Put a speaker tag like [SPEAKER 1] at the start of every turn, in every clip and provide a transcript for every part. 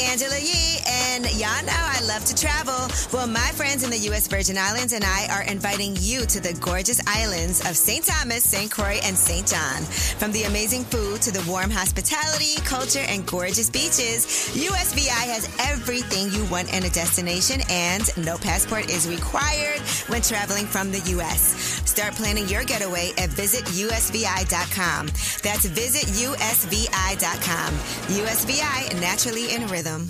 [SPEAKER 1] Angela Yee, and y'all know I love to travel. Well, my friends in the U.S. Virgin Islands and I are inviting you to the gorgeous islands of St. Thomas, St. Croix, and St. John. From the amazing food to the warm hospitality, culture, and gorgeous beaches, USVI has everything you want in a destination, and no passport is required when traveling from the U.S. Start planning your getaway at visitusvi.com. That's visitusvi.com. USVI, naturally in rhythm.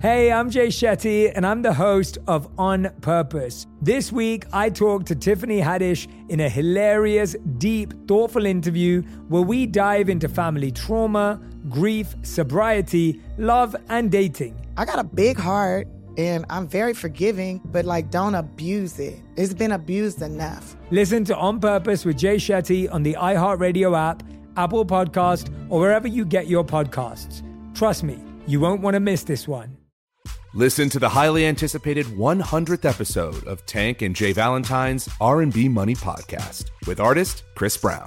[SPEAKER 2] Hey, I'm Jay Shetty, and I'm the host of On Purpose. This week, I talked to Tiffany Haddish in a hilarious, deep, thoughtful interview where we dive into family trauma, grief, sobriety, love, and dating.
[SPEAKER 3] I got a big heart and I'm very forgiving, but like don't abuse it. It's been abused enough.
[SPEAKER 2] Listen to On Purpose with Jay Shetty on the iHeartRadio app, Apple Podcast, or wherever you get your podcasts. Trust me, you won't want to miss this one.
[SPEAKER 4] Listen to the highly anticipated 100th episode of Tank and Jay Valentine's R&B Money podcast with artist Chris Brown.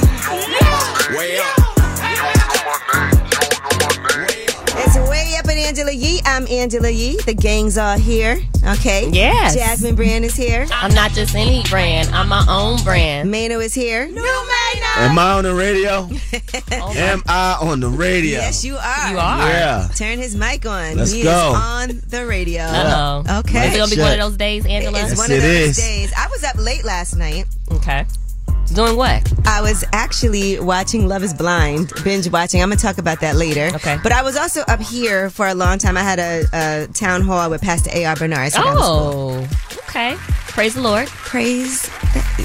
[SPEAKER 5] Way up. Way up.
[SPEAKER 1] It's way up in Angela Yee. I'm Angela Yee. The gang's all here. Okay.
[SPEAKER 6] Yes.
[SPEAKER 1] Jasmine Brand is here.
[SPEAKER 6] I'm not just any brand. I'm my own brand.
[SPEAKER 1] Mano is here. No, Mano.
[SPEAKER 7] Am I on the radio? Am I on the radio?
[SPEAKER 1] Oh Yes, you are.
[SPEAKER 6] You are.
[SPEAKER 7] Yeah.
[SPEAKER 1] Turn his mic on.
[SPEAKER 7] Let's
[SPEAKER 1] he
[SPEAKER 7] go.
[SPEAKER 1] is on the radio.
[SPEAKER 6] Uh oh.
[SPEAKER 1] Okay.
[SPEAKER 6] It's gonna be
[SPEAKER 7] Check.
[SPEAKER 6] one of those days, Angela.
[SPEAKER 1] It's one
[SPEAKER 7] Yes,
[SPEAKER 1] of
[SPEAKER 7] it
[SPEAKER 1] those
[SPEAKER 7] is.
[SPEAKER 1] days. I was up late last night.
[SPEAKER 6] okay. Doing what?
[SPEAKER 1] I was actually watching Love is Blind, binge watching. I'm going to talk about that later.
[SPEAKER 6] Okay.
[SPEAKER 1] But I was also up here for a long time. I had a, a town hall with Pastor A.R. Bernard. So that was cool.
[SPEAKER 6] Oh. Okay. Praise the Lord.
[SPEAKER 1] Praise.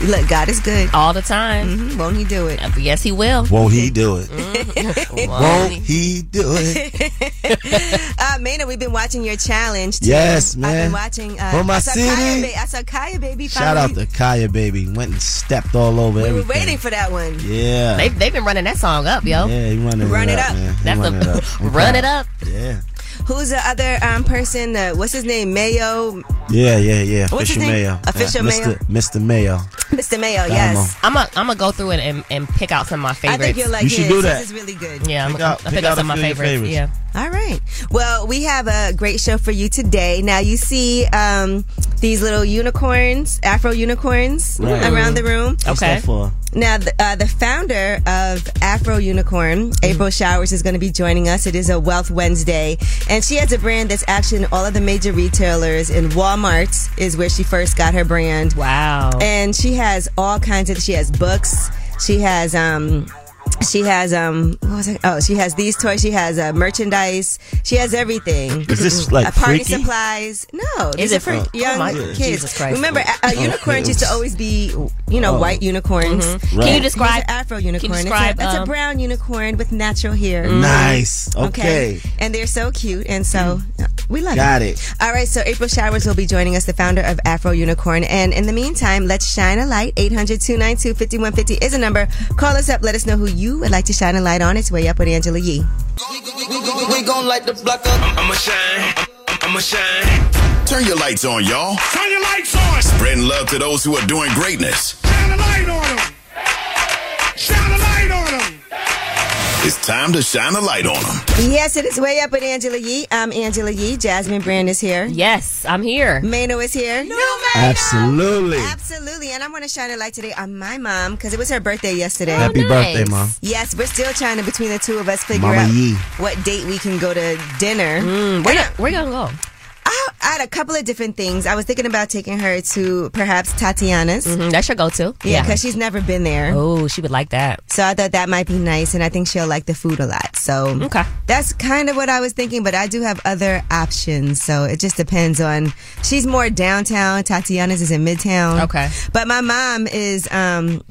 [SPEAKER 1] Look, God is good.
[SPEAKER 6] All the time. Uh,
[SPEAKER 1] Mhm, Won't he do it? Mm-hmm.
[SPEAKER 6] Yes, he will.
[SPEAKER 7] Won't he do it?
[SPEAKER 1] Mm.
[SPEAKER 7] Won't
[SPEAKER 6] Won't
[SPEAKER 7] he do it?
[SPEAKER 1] Uh, Maynard, we've been watching your challenge. Too.
[SPEAKER 7] Yes,
[SPEAKER 1] I've been
[SPEAKER 7] man.
[SPEAKER 1] watching. Uh,
[SPEAKER 7] For my
[SPEAKER 1] I saw Kaya,
[SPEAKER 7] city.
[SPEAKER 1] ba- I saw Kaya Baby.
[SPEAKER 7] Shout out
[SPEAKER 1] finally-
[SPEAKER 7] to Kaya, baby. Went and stepped all over
[SPEAKER 1] We were
[SPEAKER 7] everything.
[SPEAKER 1] waiting for that one.
[SPEAKER 7] Yeah.
[SPEAKER 6] They've, they've been running that song up, yo.
[SPEAKER 7] yeah, he running
[SPEAKER 1] Run it
[SPEAKER 7] it up.
[SPEAKER 1] up.
[SPEAKER 7] man. He
[SPEAKER 6] That's
[SPEAKER 7] running
[SPEAKER 6] a run it up.
[SPEAKER 7] Yeah.
[SPEAKER 1] Who's the other um, person? Uh, what's his name? Mayo,
[SPEAKER 7] Yeah, yeah, yeah.
[SPEAKER 1] What's his
[SPEAKER 7] Official
[SPEAKER 1] name?
[SPEAKER 7] Mayo.
[SPEAKER 1] Official
[SPEAKER 7] yeah. Mr. Mayo.
[SPEAKER 1] Mr. Mayo.
[SPEAKER 7] Dynamo.
[SPEAKER 1] Yes,
[SPEAKER 6] I'm gonna I'm gonna go through it and, and pick out some of my
[SPEAKER 1] I
[SPEAKER 6] favorites.
[SPEAKER 1] think you'll like
[SPEAKER 7] uh, You should
[SPEAKER 1] his.
[SPEAKER 7] do that.
[SPEAKER 1] This is really good.
[SPEAKER 6] yeah, I'm
[SPEAKER 7] Pick
[SPEAKER 6] gonna
[SPEAKER 7] out-
[SPEAKER 6] I'll pick
[SPEAKER 7] pick
[SPEAKER 6] out
[SPEAKER 7] out
[SPEAKER 6] some
[SPEAKER 7] a
[SPEAKER 6] of my
[SPEAKER 7] few of your
[SPEAKER 6] favorites.
[SPEAKER 7] favorites.
[SPEAKER 6] Yeah.
[SPEAKER 1] All right. Well, we have a great show for you today. Now you see um, these little unicorns, Afro unicorns,
[SPEAKER 7] Right.
[SPEAKER 1] around the room.
[SPEAKER 7] What's
[SPEAKER 6] Okay.
[SPEAKER 7] that for?
[SPEAKER 1] Now, the, uh, the founder of Afro Unicorn,
[SPEAKER 6] Mm-hmm.
[SPEAKER 1] April Showers, is going to be joining us. It is a Wealth Wednesday, and she has a brand that's actually in all of the major retailers. In Walmart's is where she first got her brand.
[SPEAKER 6] Wow.
[SPEAKER 1] and she has all kinds of she has books she has um she has um what was it? oh she has these toys she has uh, merchandise she has everything
[SPEAKER 7] Is this like
[SPEAKER 1] uh, party
[SPEAKER 7] freaky?
[SPEAKER 1] supplies no these
[SPEAKER 6] Is
[SPEAKER 1] are
[SPEAKER 6] it
[SPEAKER 1] for
[SPEAKER 6] fr-
[SPEAKER 1] young
[SPEAKER 6] Oh, my-
[SPEAKER 1] kids
[SPEAKER 6] Jesus Christ. Oh,
[SPEAKER 1] remember uh, unicorns used to always be you know white unicorns
[SPEAKER 7] Right.
[SPEAKER 6] Can you
[SPEAKER 1] Here's
[SPEAKER 6] describe
[SPEAKER 1] an Mm-hmm. afro unicorn It's a-
[SPEAKER 6] describe,
[SPEAKER 1] it's, a,
[SPEAKER 6] um, Mm.
[SPEAKER 1] brown unicorn with natural hair
[SPEAKER 7] Nice. Okay.
[SPEAKER 1] and they're so cute and so
[SPEAKER 6] Mm.
[SPEAKER 1] uh, we love
[SPEAKER 7] Got
[SPEAKER 1] it.
[SPEAKER 7] it.
[SPEAKER 1] All right, so April Showers will be joining us, the founder of Afro Unicorn. And in the meantime, let's shine a light. 800 292 5150 is a number. Call us up. Let us know who you would like to shine a light on. It's way up with Angela Yee.
[SPEAKER 5] We gon' we gon' light the block up. I'ma shine. I'ma shine.
[SPEAKER 8] Turn your lights on, y'all.
[SPEAKER 5] Turn your lights on. oh.
[SPEAKER 8] Spreading love to those who are doing greatness.
[SPEAKER 5] Shine a light on them. Shine a light on them.
[SPEAKER 8] It's time to shine a light on them.
[SPEAKER 1] Yes, it is way up with Angela Yee. I'm Angela Yee. Jasmine Brand is here.
[SPEAKER 6] Yes, I'm here.
[SPEAKER 1] Mano is here. No,
[SPEAKER 7] Absolutely.
[SPEAKER 1] Absolutely. And I want to shine a light today on my mom because it was her birthday yesterday.
[SPEAKER 7] Happy
[SPEAKER 6] Oh, nice.
[SPEAKER 7] birthday, mom.
[SPEAKER 1] Yes, we're still trying to, between the two of us, figure
[SPEAKER 7] Mama
[SPEAKER 1] out
[SPEAKER 7] Yee.
[SPEAKER 1] what date we can go to dinner.
[SPEAKER 6] Where you, where you gonna
[SPEAKER 1] I I had a couple of different things. I was thinking about taking her to perhaps Tatiana's.
[SPEAKER 6] go? Mm, That's your go-to.
[SPEAKER 1] Yeah, because she's never been there.
[SPEAKER 6] Oh, she would like that.
[SPEAKER 1] So I thought that might be nice, and I think she'll like the food a lot. So
[SPEAKER 6] Okay.
[SPEAKER 1] that's kind of what I was thinking, but I do have other options. So it just depends on. She's more downtown. Tatiana's is in Midtown.
[SPEAKER 6] Okay.
[SPEAKER 1] But my mom is. um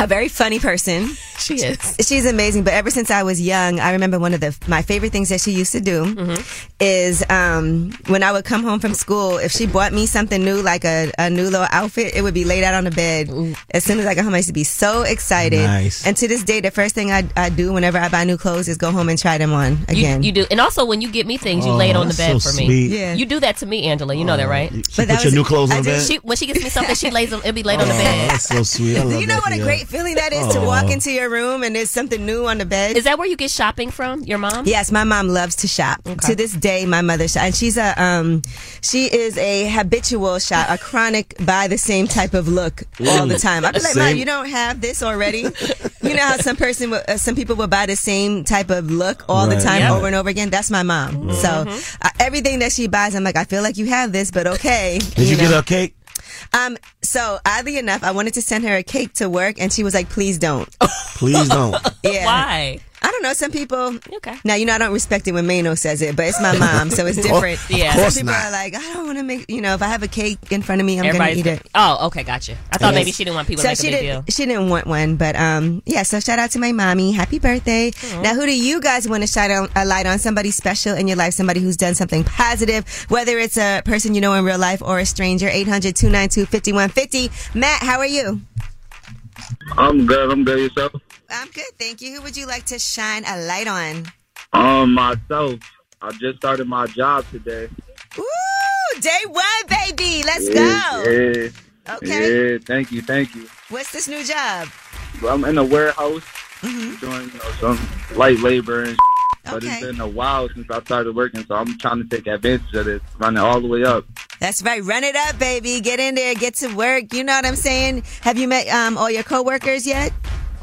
[SPEAKER 1] a very funny person.
[SPEAKER 6] She is.
[SPEAKER 1] She's amazing. But ever since I was young, I remember one of the my favorite things that she used to do
[SPEAKER 6] Mm-hmm.
[SPEAKER 1] is um, when I would come home from school. If she bought me something new, like a, a new little outfit, it would be laid out on the bed as soon as I got home. I used to be so excited.
[SPEAKER 7] Nice.
[SPEAKER 1] And to this day, the first thing I, I do whenever I buy new clothes is go home and try them on again.
[SPEAKER 6] You, you do. And also, when you get me things, you lay it
[SPEAKER 7] Oh,
[SPEAKER 6] on the
[SPEAKER 7] that's
[SPEAKER 6] bed
[SPEAKER 7] so
[SPEAKER 6] for
[SPEAKER 7] sweet. Oh,
[SPEAKER 6] me.
[SPEAKER 1] Yeah.
[SPEAKER 6] You do that to me, Angela. You know that, right?
[SPEAKER 7] She
[SPEAKER 1] But
[SPEAKER 7] put
[SPEAKER 1] that
[SPEAKER 7] your
[SPEAKER 1] was-
[SPEAKER 7] new clothes
[SPEAKER 1] I
[SPEAKER 7] on
[SPEAKER 1] did-
[SPEAKER 7] bed.
[SPEAKER 6] She when she gets me something, she lays it. It'll be laid on the
[SPEAKER 7] oh,
[SPEAKER 6] bed.
[SPEAKER 7] that's so sweet. I love
[SPEAKER 1] Do you know
[SPEAKER 7] that Oh.
[SPEAKER 1] what
[SPEAKER 7] for
[SPEAKER 1] a
[SPEAKER 7] you.
[SPEAKER 1] great feeling that is to
[SPEAKER 7] Aw.
[SPEAKER 1] walk into your room and there's something new on the bed?
[SPEAKER 6] Is that where you get shopping from? Your mom?
[SPEAKER 1] Yes, my mom loves to shop. To this day, my mother shop, and she's a um, she is a habitual shop, a chronic buy the same type of look all the time. I'd be like, mom,
[SPEAKER 7] Same.
[SPEAKER 1] you don't have this already. you know how some person, will- uh, some people will buy the same type of look all the
[SPEAKER 7] Right,
[SPEAKER 1] time,
[SPEAKER 7] yeah. Mm-hmm.
[SPEAKER 1] over and over again. That's my mom. So uh, everything that she buys, I'm like, I feel like you have this, but okay.
[SPEAKER 7] Did you
[SPEAKER 1] know?
[SPEAKER 7] get her a cake?
[SPEAKER 1] Um, so oddly enough, I wanted to send her a cake to work, and she was like, "Please don't."
[SPEAKER 7] Please don't.
[SPEAKER 1] Yeah.
[SPEAKER 6] Why?
[SPEAKER 1] I don't know. Some people.
[SPEAKER 6] Okay.
[SPEAKER 1] Now you know I don't respect it when Mano says it, but it's my mom, so it's different.
[SPEAKER 7] Of
[SPEAKER 6] Yeah.
[SPEAKER 7] course
[SPEAKER 1] Some people
[SPEAKER 7] not.
[SPEAKER 1] are like, I don't want to make. You know, if I have a cake in front of me, I'm
[SPEAKER 6] Everybody's
[SPEAKER 1] gonna eat it.
[SPEAKER 6] Oh, okay, gotcha. I thought
[SPEAKER 1] Yes.
[SPEAKER 6] maybe she didn't want people
[SPEAKER 1] so
[SPEAKER 6] to make
[SPEAKER 1] she
[SPEAKER 6] a big
[SPEAKER 1] didn't.
[SPEAKER 6] deal.
[SPEAKER 1] She didn't want one, but um, yeah. So shout out to my mommy. Happy birthday. Now, who do you guys want to shine on, a light on? Somebody special in your life, somebody who's done something positive, whether it's a person you know in real life or a stranger. 800-292-5150. Matt, how are you?
[SPEAKER 9] I'm good. I'm good. Yourself?
[SPEAKER 1] I'm good, thank you. Who would you like to shine a light on?
[SPEAKER 9] Um, myself. I just started my job today.
[SPEAKER 1] Ooh, day one, baby. Let's
[SPEAKER 9] Yeah,
[SPEAKER 1] go.
[SPEAKER 9] Yeah.
[SPEAKER 1] Okay.
[SPEAKER 9] Yeah. Thank you. Thank you.
[SPEAKER 1] What's this new job?
[SPEAKER 9] I'm in a warehouse
[SPEAKER 1] Mm-hmm.
[SPEAKER 9] doing you know, some light labor and. But
[SPEAKER 1] Okay.
[SPEAKER 9] it's been a while since I started working, so I'm trying to take advantage of this, running all the way up.
[SPEAKER 1] That's right. Run it up, baby. Get in there. Get to work. You know what I'm saying? Have you met um, all your coworkers yet?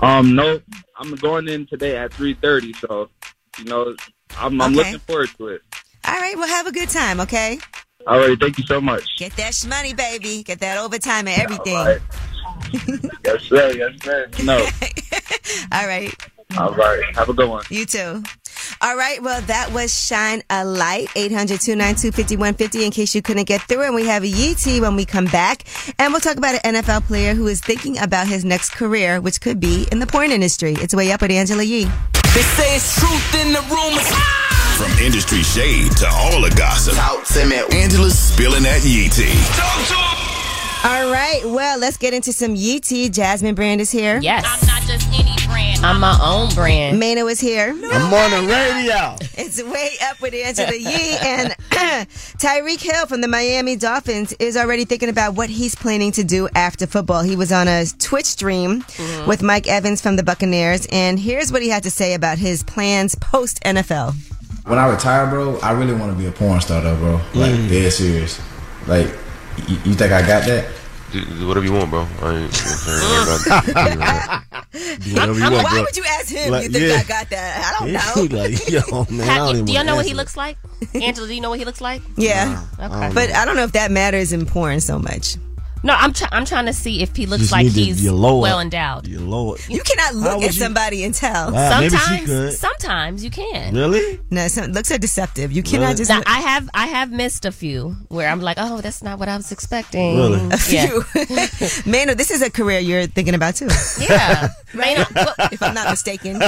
[SPEAKER 9] Um, no, I'm going in today at 3:30, so you know, I'm, I'm
[SPEAKER 1] Okay.
[SPEAKER 9] looking forward to it.
[SPEAKER 1] All right. Well, have a good time, okay?
[SPEAKER 9] All right, thank you so much.
[SPEAKER 1] Get that sh- money, baby. Get that overtime and everything.
[SPEAKER 9] All right. yes, sir. Yes, sir. No.
[SPEAKER 1] All right.
[SPEAKER 9] All right. Have a good one.
[SPEAKER 1] You too. All right. Well, that was Shine a Light, 800 292 5150, in case you couldn't get through. And we have Yee T when we come back. And we'll talk about an NFL player who is thinking about his next career, which could be in the porn industry. It's Way Up with Angela Yee.
[SPEAKER 5] They say it's truth in the rumors.
[SPEAKER 8] From industry shade to all the gossip.
[SPEAKER 7] Talk to me.
[SPEAKER 8] Angela's spilling that yee tea.
[SPEAKER 5] Talk to 'em.
[SPEAKER 1] All right. Well, let's get into some Yee T. Jasmine Brand is here.
[SPEAKER 6] Yes. I'm not just any brand. I'm my own brand.
[SPEAKER 1] Mano is here.
[SPEAKER 7] I'm on the radio.
[SPEAKER 1] It's way up with Angela Yee and Tyreek Hill from the Miami Dolphins is already thinking about what he's planning to do after football. He was on a Twitch stream
[SPEAKER 6] Mm-hmm.
[SPEAKER 1] with Mike Evans from the Buccaneers, and here's what he had to say about his plans post NFL.
[SPEAKER 9] When I retire, bro, I really want to be a porn star, though, bro. Like dead serious. Like, you, you think I got that?
[SPEAKER 5] Whatever you want, bro. I ain't concerned about
[SPEAKER 7] Whatever you
[SPEAKER 1] Why
[SPEAKER 7] want, bro.
[SPEAKER 1] would you ask him?
[SPEAKER 7] Like,
[SPEAKER 1] you think
[SPEAKER 7] yeah.
[SPEAKER 1] I got that? I don't
[SPEAKER 7] He
[SPEAKER 1] know.
[SPEAKER 7] like, yo, man, I
[SPEAKER 6] Have
[SPEAKER 7] don't
[SPEAKER 6] you-
[SPEAKER 7] even
[SPEAKER 6] do y'all know
[SPEAKER 7] wanna
[SPEAKER 6] what he
[SPEAKER 7] answer
[SPEAKER 6] looks like? Angela, do you know what he looks like?
[SPEAKER 1] Yeah,
[SPEAKER 6] Okay.
[SPEAKER 1] but I don't know if that matters in porn so much.
[SPEAKER 6] No, I'm try- I'm trying to see if he looks
[SPEAKER 7] Just
[SPEAKER 6] like
[SPEAKER 7] need to-
[SPEAKER 6] he's
[SPEAKER 7] your lower-
[SPEAKER 6] well endowed.
[SPEAKER 7] that. Your lord.
[SPEAKER 1] You cannot look
[SPEAKER 7] would
[SPEAKER 1] at
[SPEAKER 7] you-
[SPEAKER 1] somebody and tell.
[SPEAKER 7] Wow, maybe she could.
[SPEAKER 6] Sometimes, sometimes you can.
[SPEAKER 7] Really?
[SPEAKER 1] No, some, looks are deceptive. You cannot just.
[SPEAKER 6] Now,
[SPEAKER 1] look-
[SPEAKER 6] I have I have missed a few where I'm like, oh, that's not what I was expecting.
[SPEAKER 7] Really?
[SPEAKER 6] Yeah.
[SPEAKER 1] Mano, this is a career you're thinking about too,
[SPEAKER 6] yeah. May not- well,
[SPEAKER 1] if I'm not mistaken.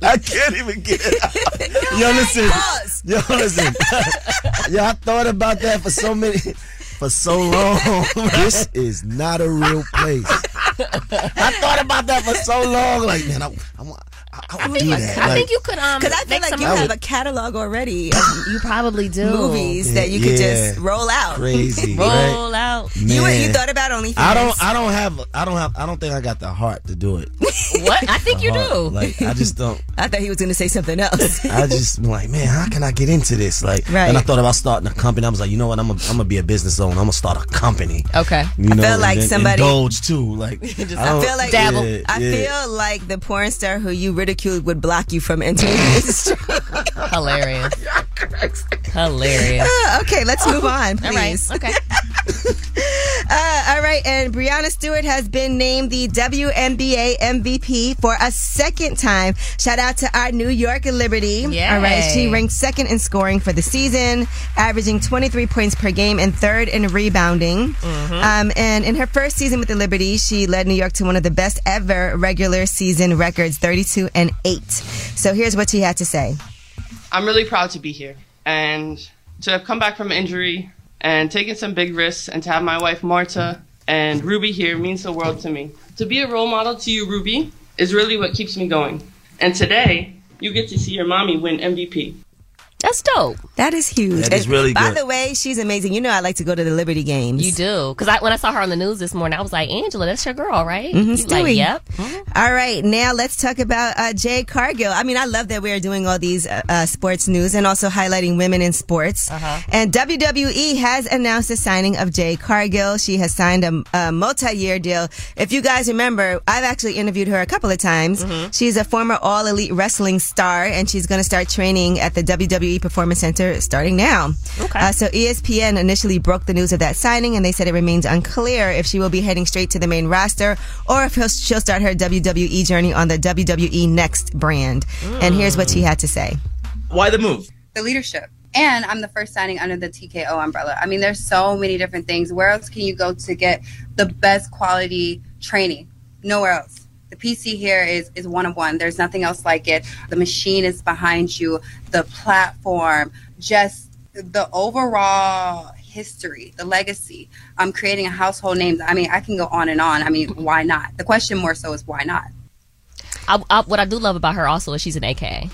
[SPEAKER 7] I can't even get it out. Yo, listen.
[SPEAKER 1] Pause.
[SPEAKER 7] Yo, listen. Yo, I thought about that for so many, for so long. this is not a real place. I thought about that for so long. Like, man, I, I, want- I, I
[SPEAKER 6] I
[SPEAKER 7] would do
[SPEAKER 6] think,
[SPEAKER 7] that.
[SPEAKER 6] I
[SPEAKER 7] Like,
[SPEAKER 6] think you could um
[SPEAKER 1] Because I feel
[SPEAKER 6] make
[SPEAKER 1] like
[SPEAKER 6] some
[SPEAKER 1] you
[SPEAKER 6] money.
[SPEAKER 1] have a catalog already of
[SPEAKER 6] You probably do
[SPEAKER 1] movies that you could
[SPEAKER 7] Yeah.
[SPEAKER 1] just roll out.
[SPEAKER 7] crazy, right?
[SPEAKER 6] Roll out.
[SPEAKER 1] You,
[SPEAKER 7] Man.
[SPEAKER 1] you thought about OnlyFans.
[SPEAKER 7] I don't. I don't have. I don't have. I don't think I got the heart to do it.
[SPEAKER 6] What? I think you
[SPEAKER 7] Heart.
[SPEAKER 6] do.
[SPEAKER 7] Like, I just don't.
[SPEAKER 1] Uh-huh. I thought he was going to say something else.
[SPEAKER 7] I just been like, man, how can I get into this? Like,
[SPEAKER 1] Right.
[SPEAKER 7] and I thought about starting a company. I was like, you know what? I'm gonna I'm gonna be a business owner. I'm gonna start a company.
[SPEAKER 6] okay.
[SPEAKER 7] You know,
[SPEAKER 1] felt like
[SPEAKER 7] and then
[SPEAKER 1] somebody-
[SPEAKER 7] indulge too. Like,
[SPEAKER 1] I
[SPEAKER 7] don't-
[SPEAKER 1] feel like
[SPEAKER 6] Dabble.
[SPEAKER 7] yeah,
[SPEAKER 1] I
[SPEAKER 7] yeah.
[SPEAKER 1] feel like the porn star who you ridiculed would block you from entering the industry.
[SPEAKER 6] Hilarious. Hilarious.
[SPEAKER 1] Uh, okay, let's move on,
[SPEAKER 6] Oh, All right.
[SPEAKER 1] please.
[SPEAKER 6] Okay.
[SPEAKER 1] Uh, all right, and Brianna Stewart has been named the WNBA MVP for a second time. Shout out to our New York Liberty.
[SPEAKER 6] Yay.
[SPEAKER 1] All right, she ranked second in scoring for the season, averaging 23 points per game and third in rebounding.
[SPEAKER 6] Mhm.
[SPEAKER 1] Um, and in her first season with the Liberty, she led New York to one of the best ever regular season records, 32 and 8. So here's what she had to say.
[SPEAKER 10] I'm really proud to be here and to have come back from injury and taken some big risks and to have my wife Marta and Ruby here means the world to me. To be a role model to you, Ruby, is really what keeps me going. And today, you get to see your mommy win MVP.
[SPEAKER 1] That's dope. That is huge.
[SPEAKER 10] That is
[SPEAKER 1] And
[SPEAKER 10] really
[SPEAKER 1] By
[SPEAKER 10] good.
[SPEAKER 1] the way, she's amazing. You know, I like to go to the Liberty games.
[SPEAKER 6] You do. Because I, when I saw her on the news this morning, I was like, Angela, that's your girl, right?
[SPEAKER 1] Mhm,
[SPEAKER 6] You
[SPEAKER 1] Stewie.
[SPEAKER 6] Like, yep.
[SPEAKER 1] Mm-hmm. All right, now let's talk about uh, Jay Cargill. I mean, I love that we are doing all these uh, uh, sports news and also highlighting women in sports.
[SPEAKER 6] Uh-huh.
[SPEAKER 1] And WWE has announced the signing of Jay Cargill. She has signed a, a multi-year deal. If you guys remember, I've actually interviewed her a couple of times.
[SPEAKER 6] Mm-hmm.
[SPEAKER 11] Mm-hmm.
[SPEAKER 1] She's a former All Elite Wrestling star, and she's going to start training at the WWE Performance Center starting now. Okay. Uh, so ESPN initially broke the news of that signing, and they said it remains unclear if she will be heading straight to the main roster or if he'll, she'll start her WWE journey on the WWE Next brand. And here's what she had to say.
[SPEAKER 11] Why the move?
[SPEAKER 12] the leadership. And I'm the first signing under the TKO umbrella. I mean, there's so many different things. Where else can you go to get the best quality training? Nowhere else. The PC here is is one of one. There's nothing else like it. The machine is behind you. The platform, just the overall history, the legacy. I'm creating a household name. I mean, I can go on and on. I mean, why not? The question more so is why not?
[SPEAKER 6] I, I, what I do love about her also is she's an AKA.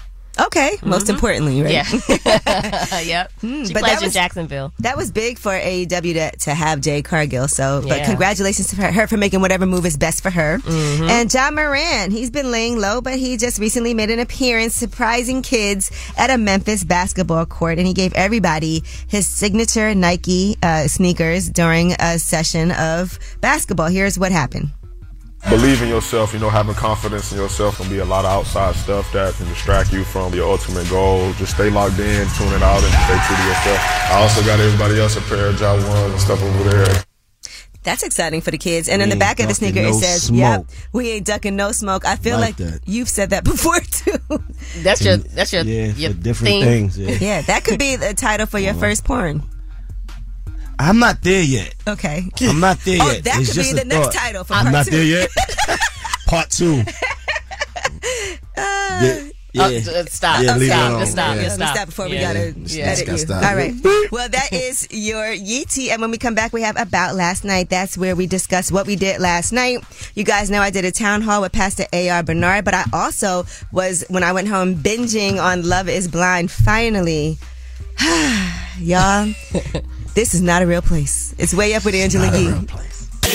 [SPEAKER 1] Okay, most importantly, right? Hmm,
[SPEAKER 6] Yeah. yep. she
[SPEAKER 1] Mm-hmm. but
[SPEAKER 6] plays
[SPEAKER 1] that
[SPEAKER 6] in
[SPEAKER 1] was-
[SPEAKER 6] Jacksonville.
[SPEAKER 1] That was big for AEW to, to have Jay Cargill. So, but
[SPEAKER 6] Yeah.
[SPEAKER 1] congratulations to her, her for making whatever move is best for her.
[SPEAKER 6] Mm-hmm.
[SPEAKER 1] And John Moran, he's been laying low, but he just recently made an appearance surprising kids at a Memphis basketball court, and he gave everybody his signature Nike uh, sneakers during a session of basketball. Here's what happened.
[SPEAKER 13] Believe in yourself, you know, having confidence in yourself can be a lot of outside stuff that can distract you from your ultimate goal. Just stay locked in, tune it out, and stay true to yourself. I also got everybody else a pair of Ja ones and stuff over there.
[SPEAKER 1] That's exciting for the kids. And in the
[SPEAKER 13] We
[SPEAKER 1] back of
[SPEAKER 13] ain't
[SPEAKER 1] the sneaker,
[SPEAKER 13] ducking
[SPEAKER 1] it
[SPEAKER 13] no
[SPEAKER 1] says,
[SPEAKER 13] smoke.
[SPEAKER 1] "Yep, we ain't ducking no smoke." I feel like,
[SPEAKER 7] Like that.
[SPEAKER 1] you've said that before too.
[SPEAKER 6] That's your- that's your-
[SPEAKER 7] Yeah, your for different theme. things, yeah. Uh-huh.
[SPEAKER 1] that could be the title for your first porn.
[SPEAKER 7] I'm not there yet.
[SPEAKER 1] Okay.
[SPEAKER 7] I'm not there
[SPEAKER 1] Oh,
[SPEAKER 7] yet.
[SPEAKER 1] that
[SPEAKER 7] It's
[SPEAKER 1] could
[SPEAKER 7] just
[SPEAKER 1] be
[SPEAKER 7] a
[SPEAKER 1] the next
[SPEAKER 7] thought.
[SPEAKER 1] title for
[SPEAKER 7] I'm
[SPEAKER 1] part
[SPEAKER 7] not
[SPEAKER 1] two.
[SPEAKER 7] there yet. part two. Yeah,
[SPEAKER 6] Uh,
[SPEAKER 7] yeah.
[SPEAKER 6] uh, stop.
[SPEAKER 7] Yeah,
[SPEAKER 6] Uh,
[SPEAKER 7] leave it
[SPEAKER 6] stop.
[SPEAKER 7] alone.
[SPEAKER 6] Just stop.
[SPEAKER 7] Yeah.
[SPEAKER 6] Just
[SPEAKER 1] Let me
[SPEAKER 6] stop.
[SPEAKER 1] stop before we
[SPEAKER 6] Yeah.
[SPEAKER 1] gotta
[SPEAKER 6] Yeah.
[SPEAKER 1] edit
[SPEAKER 6] Just
[SPEAKER 1] you.
[SPEAKER 6] gotta stop.
[SPEAKER 1] All right. Well, that is your Yeetie. And when we come back, we have About Last Night. That's where we discuss what we did last night. You guys know I did a town hall with Pastor A.R. Bernard, but I also was, when I went home, binging on Love is Blind. Finally. Y'all, this is not a real place. It's way up with Angela Yee.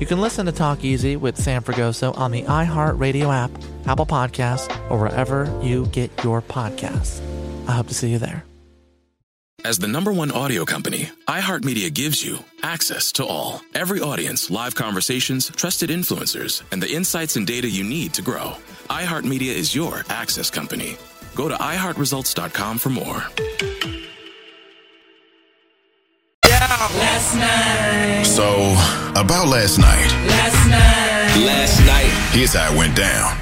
[SPEAKER 14] You can listen to Talk Easy with Sam Fragoso on the iHeartRadio app, Apple Podcasts, or wherever you get your podcasts. I hope to see you there.
[SPEAKER 15] As the number one audio company, iHeartMedia gives you access to all. Every audience, live conversations, trusted influencers, and the insights and data you need to grow. iHeartMedia is your access company.
[SPEAKER 16] Go to iHeartResults.com for more.
[SPEAKER 5] Last night.
[SPEAKER 8] So, about last night.
[SPEAKER 5] Last night.
[SPEAKER 8] Last night. Here's how it went down.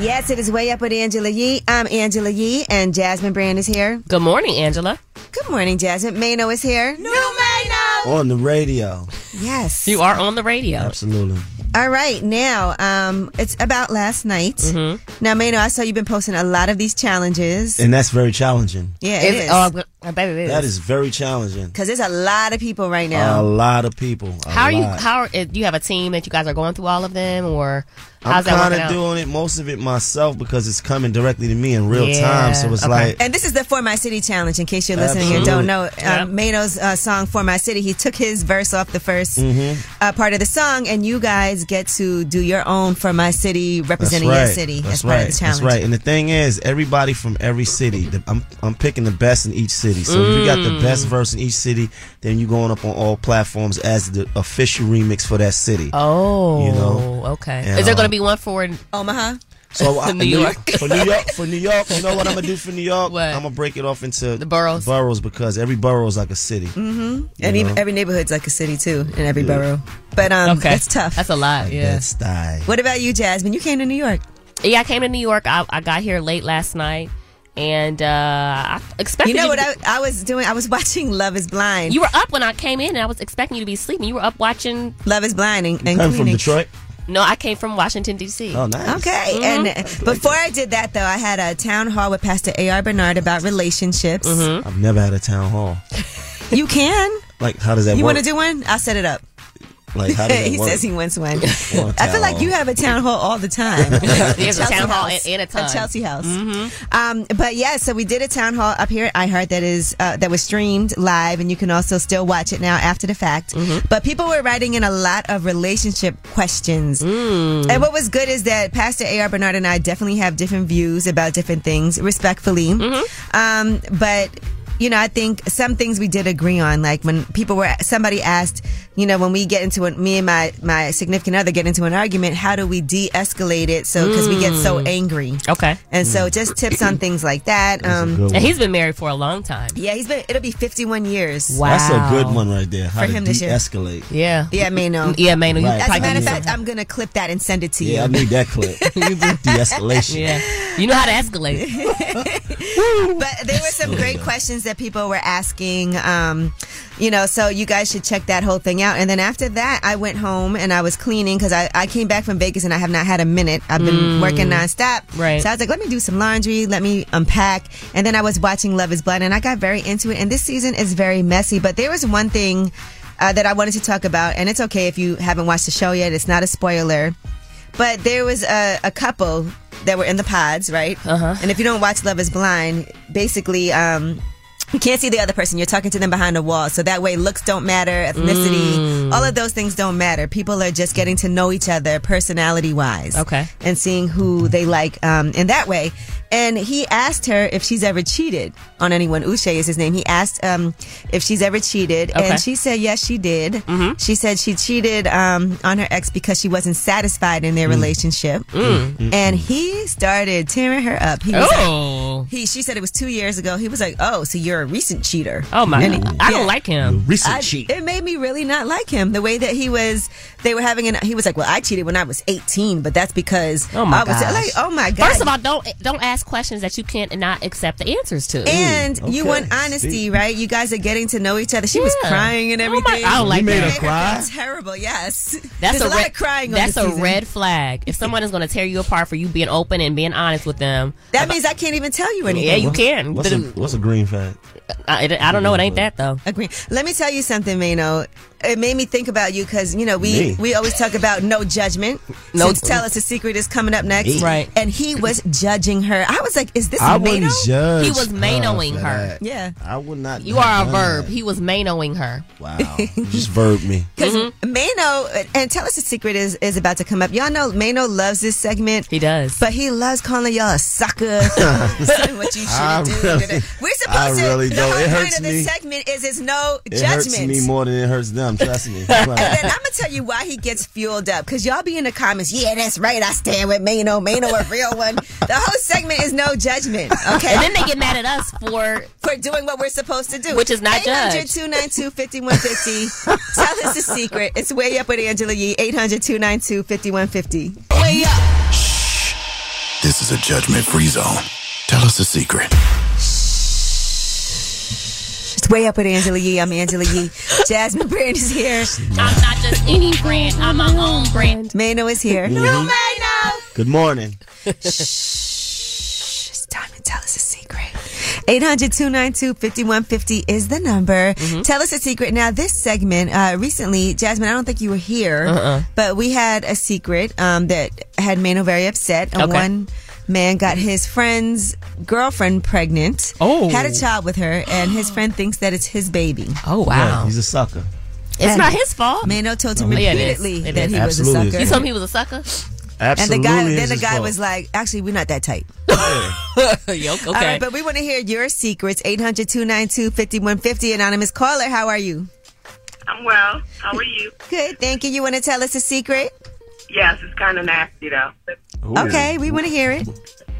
[SPEAKER 1] Yes, it is way up with Angela Yee. I'm Angela Yee, and Jasmine Brand is here. Good morning, Angela. Good morning, Jasmine. Mano is here. No, Mano.
[SPEAKER 7] On the radio.
[SPEAKER 1] Yes.
[SPEAKER 6] You are on the radio.
[SPEAKER 7] Absolutely.
[SPEAKER 1] All right, now um, it's about last night.
[SPEAKER 6] Mm-hmm.
[SPEAKER 1] Now, Mano, I saw you've been posting a lot of these challenges.
[SPEAKER 7] And that's very challenging.
[SPEAKER 1] Yeah, it
[SPEAKER 6] Is-
[SPEAKER 1] is.
[SPEAKER 6] oh, I'm go- I bet it is.
[SPEAKER 7] That is very challenging.
[SPEAKER 1] because there's a lot of people right now.
[SPEAKER 7] A lot of people. a
[SPEAKER 6] How are you?
[SPEAKER 7] lot.
[SPEAKER 6] How are, uh, do you have a team that you guys are going through all of them, or
[SPEAKER 7] I'm
[SPEAKER 6] how's that
[SPEAKER 7] kind
[SPEAKER 6] working
[SPEAKER 7] of
[SPEAKER 6] out?
[SPEAKER 7] doing it most of it myself because it's coming directly to me in real time. So it's
[SPEAKER 1] Okay.
[SPEAKER 7] like
[SPEAKER 1] and this is the For My City challenge. In case you're listening and don't
[SPEAKER 7] Absolutely.
[SPEAKER 1] know, um,
[SPEAKER 7] Yep.
[SPEAKER 1] Mano's uh, song For My City. He took his verse off the 1st
[SPEAKER 7] Mhm.
[SPEAKER 1] uh, part of the song, and you guys get to do your own For My City, representing
[SPEAKER 7] That's right.
[SPEAKER 1] your city
[SPEAKER 7] That's
[SPEAKER 1] as part
[SPEAKER 7] right.
[SPEAKER 1] of the challenge.
[SPEAKER 7] That's right. And the thing is, everybody from every city. the- I'm I'm picking the best in each city. So if you got the
[SPEAKER 1] Mm.
[SPEAKER 7] best verse in each city, then you going up on all platforms as the official remix for that city.
[SPEAKER 6] Oh,
[SPEAKER 7] you know.
[SPEAKER 6] okay.
[SPEAKER 7] And,
[SPEAKER 6] is there
[SPEAKER 7] uh,
[SPEAKER 6] going to be one for
[SPEAKER 1] Omaha?
[SPEAKER 7] So I-
[SPEAKER 6] uh, New York.
[SPEAKER 7] for New York, for New York, you know what I'm gonna do for New York? I'm gonna break it off into the boroughs, boroughs because every borough is like a city.
[SPEAKER 1] hmm
[SPEAKER 7] You
[SPEAKER 1] And even
[SPEAKER 7] know.
[SPEAKER 1] every neighborhood's like a city too, in every
[SPEAKER 7] Yeah.
[SPEAKER 1] borough. But um,
[SPEAKER 6] Okay.
[SPEAKER 1] that's tough. That's
[SPEAKER 6] a lot.
[SPEAKER 7] Yeah. That's die.
[SPEAKER 1] What about you, Jasmine? You came to New York.
[SPEAKER 6] Yeah, I came to New York. I, I got here late last night, and uh, I expected
[SPEAKER 1] You know
[SPEAKER 6] to
[SPEAKER 1] what
[SPEAKER 6] be-
[SPEAKER 1] I, I was doing? I was watching Love Is Blind.
[SPEAKER 6] You were up when I came in, and I was expecting you to be sleeping. You were up watching.
[SPEAKER 1] Love Is Blind and, and
[SPEAKER 7] Come from
[SPEAKER 1] Kleenex.
[SPEAKER 7] Detroit.
[SPEAKER 6] No, I came from Washington D.C.
[SPEAKER 7] Oh, nice.
[SPEAKER 1] Okay,
[SPEAKER 6] Mhm.
[SPEAKER 1] and uh, before I did that though, I had a town hall with Pastor A.R. Bernard about relationships.
[SPEAKER 7] I've never had a town hall.
[SPEAKER 6] Mm-hmm.
[SPEAKER 1] You can.
[SPEAKER 7] Like, how does that
[SPEAKER 1] you
[SPEAKER 7] work?
[SPEAKER 1] want to do one? I'll set it up.
[SPEAKER 7] like, how does that
[SPEAKER 1] he
[SPEAKER 7] work?
[SPEAKER 1] says he wants one.
[SPEAKER 7] Well,
[SPEAKER 1] I feel
[SPEAKER 7] town
[SPEAKER 1] like you
[SPEAKER 7] hall.
[SPEAKER 1] have a town hall all the time.
[SPEAKER 6] There's a
[SPEAKER 1] Chelsea
[SPEAKER 6] town hall
[SPEAKER 1] House.
[SPEAKER 6] and- and a ton.
[SPEAKER 1] Chelsea house. Um, but yeah, so we did a town hall up here at iHeart that is uh, that was streamed live, and you can also still watch it now after the fact. But people were writing in a lot of relationship questions, and what was good is that Pastor A.R. Bernard and I definitely have different views about different things, respectfully. Um, but you know, I think some things we did agree on, like when people were somebody asked, you know, when we get into an, me and my my significant other get into an argument, how do we de-escalate it? So because we get so
[SPEAKER 6] Mm.
[SPEAKER 1] angry.
[SPEAKER 6] Okay.
[SPEAKER 1] And so just tips on things like that. Um,
[SPEAKER 6] And he's been married for a long time.
[SPEAKER 1] yeah, he's been, it'll be 51 years.
[SPEAKER 7] That's a good one right there. How
[SPEAKER 1] For
[SPEAKER 7] to
[SPEAKER 1] him this year.
[SPEAKER 7] de-escalate.
[SPEAKER 6] Yeah.
[SPEAKER 1] Yeah, Mano.
[SPEAKER 6] Yeah, Mano, you
[SPEAKER 7] Right.
[SPEAKER 1] As a
[SPEAKER 7] probably
[SPEAKER 1] matter of
[SPEAKER 7] need
[SPEAKER 1] fact, I'm going to clip that and send it to
[SPEAKER 7] Yeah, I
[SPEAKER 1] you.
[SPEAKER 7] need that clip. De-escalation.
[SPEAKER 6] Yeah. You know how to escalate.
[SPEAKER 1] but there were some great questions that people were asking. Um, you know, so you guys should check that whole thing out. And then after that, I went home and I was cleaning because I, I came back from Vegas and I have not had a minute. I've been
[SPEAKER 6] Mm.
[SPEAKER 1] working nonstop.
[SPEAKER 6] Right.
[SPEAKER 1] So I was like, let me do some laundry, let me unpack. And then I was watching Love is Blind and I got very into it. And this season is very messy, but there was one thing uh, that I wanted to talk about. And it's okay if you haven't watched the show yet, it's not a spoiler. But there was a, a couple that were in the pods, right? Uh-huh. And if you don't watch Love is Blind, basically, um, you can't see the other person. You're talking to them behind a wall. So that way, looks don't matter, ethnicity, all of those things don't matter. People are just getting to know each other personality wise.
[SPEAKER 6] Okay.
[SPEAKER 1] And seeing who they like um, in that way. And he asked her if she's ever cheated on anyone. Uche is his name. He asked um, if she's ever cheated.
[SPEAKER 6] Okay. Mm-hmm.
[SPEAKER 1] And she said, yes, she did. She said she cheated um, on her ex because she wasn't satisfied in their relationship.
[SPEAKER 6] Mm. Mm.
[SPEAKER 1] And he started tearing her up. He was like-
[SPEAKER 6] Oh.
[SPEAKER 1] he, she said it was two years ago. He was like, "Oh, so you're a recent cheater."
[SPEAKER 6] Oh my!
[SPEAKER 1] And- yeah.
[SPEAKER 6] I don't like him.
[SPEAKER 1] I- It made me really not like him. The way that he was, they were having an. He was like, "Well, I cheated when I was 18, but that's because
[SPEAKER 6] Oh my
[SPEAKER 1] I was
[SPEAKER 6] gosh.
[SPEAKER 1] like, oh my god."
[SPEAKER 6] First of all, don't don't ask questions that you can't not accept the answers to.
[SPEAKER 1] and you want honesty, right? You guys are getting to know each other. She was crying and
[SPEAKER 6] Oh my-
[SPEAKER 1] everything.
[SPEAKER 6] I don't like You made that. her
[SPEAKER 1] It made
[SPEAKER 6] cry?
[SPEAKER 1] feel Terrible. Yes.
[SPEAKER 6] That's
[SPEAKER 1] There's a, lot
[SPEAKER 6] red,
[SPEAKER 1] of crying. on
[SPEAKER 6] That's
[SPEAKER 1] this
[SPEAKER 6] a
[SPEAKER 1] season.
[SPEAKER 6] red flag. If someone is going to tear you apart for you being open and being honest with them,
[SPEAKER 1] That means I can't even tell you anything.
[SPEAKER 6] Yeah, you can.
[SPEAKER 7] What's a, what's a green flag?
[SPEAKER 6] I, it- I don't know. It ain't that though.
[SPEAKER 1] Agree. Let me tell you something, Mano. It made me think about you because you know we
[SPEAKER 6] Me?
[SPEAKER 1] we always talk about no judgment. No,
[SPEAKER 6] No-
[SPEAKER 1] since tell us a secret is coming up next,
[SPEAKER 6] Me? Right.
[SPEAKER 1] And he was judging her. I was like, is this
[SPEAKER 7] I
[SPEAKER 1] Mano?
[SPEAKER 7] wouldn't judge.
[SPEAKER 6] He was manoing
[SPEAKER 7] for
[SPEAKER 6] her.
[SPEAKER 7] that.
[SPEAKER 1] Yeah.
[SPEAKER 7] I would not.
[SPEAKER 6] You are a
[SPEAKER 7] have
[SPEAKER 6] verb.
[SPEAKER 7] done
[SPEAKER 6] He was manoing her.
[SPEAKER 7] that. Wow. You just verb me.
[SPEAKER 1] Because
[SPEAKER 6] Mm-hmm.
[SPEAKER 1] Mano and tell us a secret is is about to come up. Y'all know Mano loves this segment. He
[SPEAKER 6] does,
[SPEAKER 1] but he loves calling y'all a sucker. Saying what you
[SPEAKER 7] I
[SPEAKER 1] should do.
[SPEAKER 7] really-
[SPEAKER 1] We're supposed to.
[SPEAKER 7] I really
[SPEAKER 1] the
[SPEAKER 7] don't.
[SPEAKER 1] whole
[SPEAKER 7] It
[SPEAKER 1] point
[SPEAKER 7] hurts
[SPEAKER 1] of this
[SPEAKER 7] me.
[SPEAKER 1] segment is is no
[SPEAKER 7] It
[SPEAKER 1] judgment.
[SPEAKER 7] hurts me more than it hurts them. come. Trust me.
[SPEAKER 1] and then I'm gonna tell you why he gets fueled up because y'all be in the comments. Yeah, that's right. I stand with Mano. Mano a real one. The whole segment is no judgment. Okay.
[SPEAKER 6] And then they get mad at us for
[SPEAKER 1] for doing what we're supposed to do,
[SPEAKER 6] which is not judge.
[SPEAKER 1] 800-292-5150. Tell us the secret. It's way up with Angela Yee. 800-292-5150. Way up.
[SPEAKER 8] This is a judgment free zone. Tell us the secret.
[SPEAKER 1] It's way up with Angela Yee. I'm Angela Yee. Jasmine Brand is here.
[SPEAKER 6] I'm not just any brand. I'm my own brand.
[SPEAKER 1] Mano is here.
[SPEAKER 7] Mhm.
[SPEAKER 1] Hello, Mano.
[SPEAKER 7] Good morning.
[SPEAKER 1] It's time to tell us a secret. 800 292 5150 is the number. Tell us a secret. Now, this segment, uh, recently, Jasmine, I don't think you were here,
[SPEAKER 6] Uh-uh.
[SPEAKER 1] but we had a secret um, that had Mano very upset. And
[SPEAKER 6] Okay.
[SPEAKER 1] one man got his friend's girlfriend pregnant, oh. had a child with her, and his friend thinks that it's his baby.
[SPEAKER 6] Oh,
[SPEAKER 7] Yeah, he's a sucker.
[SPEAKER 6] It's not his fault.
[SPEAKER 1] Mano told him
[SPEAKER 6] No, yeah, it is.
[SPEAKER 1] repeatedly
[SPEAKER 6] It
[SPEAKER 1] that
[SPEAKER 6] is.
[SPEAKER 1] he was a
[SPEAKER 7] Absolutely.
[SPEAKER 1] sucker.
[SPEAKER 6] You told me he was a sucker?
[SPEAKER 1] and
[SPEAKER 7] Absolutely.
[SPEAKER 1] the guy,
[SPEAKER 7] is
[SPEAKER 1] then the
[SPEAKER 7] his
[SPEAKER 1] guy
[SPEAKER 7] fault.
[SPEAKER 1] was like, "Actually, we're not that tight."
[SPEAKER 6] Yo, okay.
[SPEAKER 1] All right, but we want to hear your secrets. 800 292 5150. Anonymous caller, how are you?
[SPEAKER 17] I'm well. How are you?
[SPEAKER 1] Good, thank you. You want to tell us a secret?
[SPEAKER 17] Yes, it's kind of nasty though.
[SPEAKER 1] Okay, we want to hear it.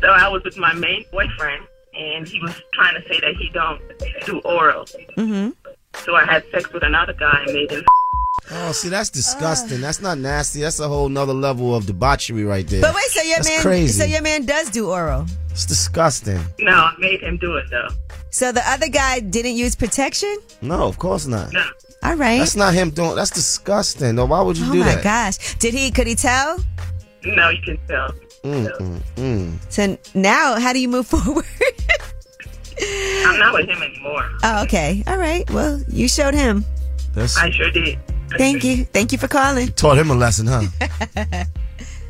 [SPEAKER 17] So I was with my main boyfriend, and he was trying to say that he don't do oral.
[SPEAKER 1] Mm-hmm.
[SPEAKER 17] So I had sex with another guy and made him.
[SPEAKER 7] Oh, see, that's disgusting. that's not nasty. That's a whole nother level of debauchery right there.
[SPEAKER 1] But wait, so your
[SPEAKER 7] that's
[SPEAKER 1] man,
[SPEAKER 7] crazy.
[SPEAKER 1] so your man does do oral.
[SPEAKER 7] it's disgusting.
[SPEAKER 17] No, I made him do it though.
[SPEAKER 1] So the other guy didn't use protection.
[SPEAKER 7] No, of course not.
[SPEAKER 1] All right.
[SPEAKER 7] That's not him doing. That's disgusting. Though, why would you
[SPEAKER 1] oh
[SPEAKER 7] do
[SPEAKER 1] my
[SPEAKER 7] that?
[SPEAKER 1] gosh! Did he? Could he tell?
[SPEAKER 17] No, you can tell.
[SPEAKER 7] Mm, mm, mm.
[SPEAKER 1] So now, how do you move forward?
[SPEAKER 17] I'm not with him anymore.
[SPEAKER 1] oh, okay. All right. Well, you showed him.
[SPEAKER 7] That's
[SPEAKER 17] I sure did.
[SPEAKER 1] Thank you. Thank you for calling.
[SPEAKER 7] taught him a lesson, huh?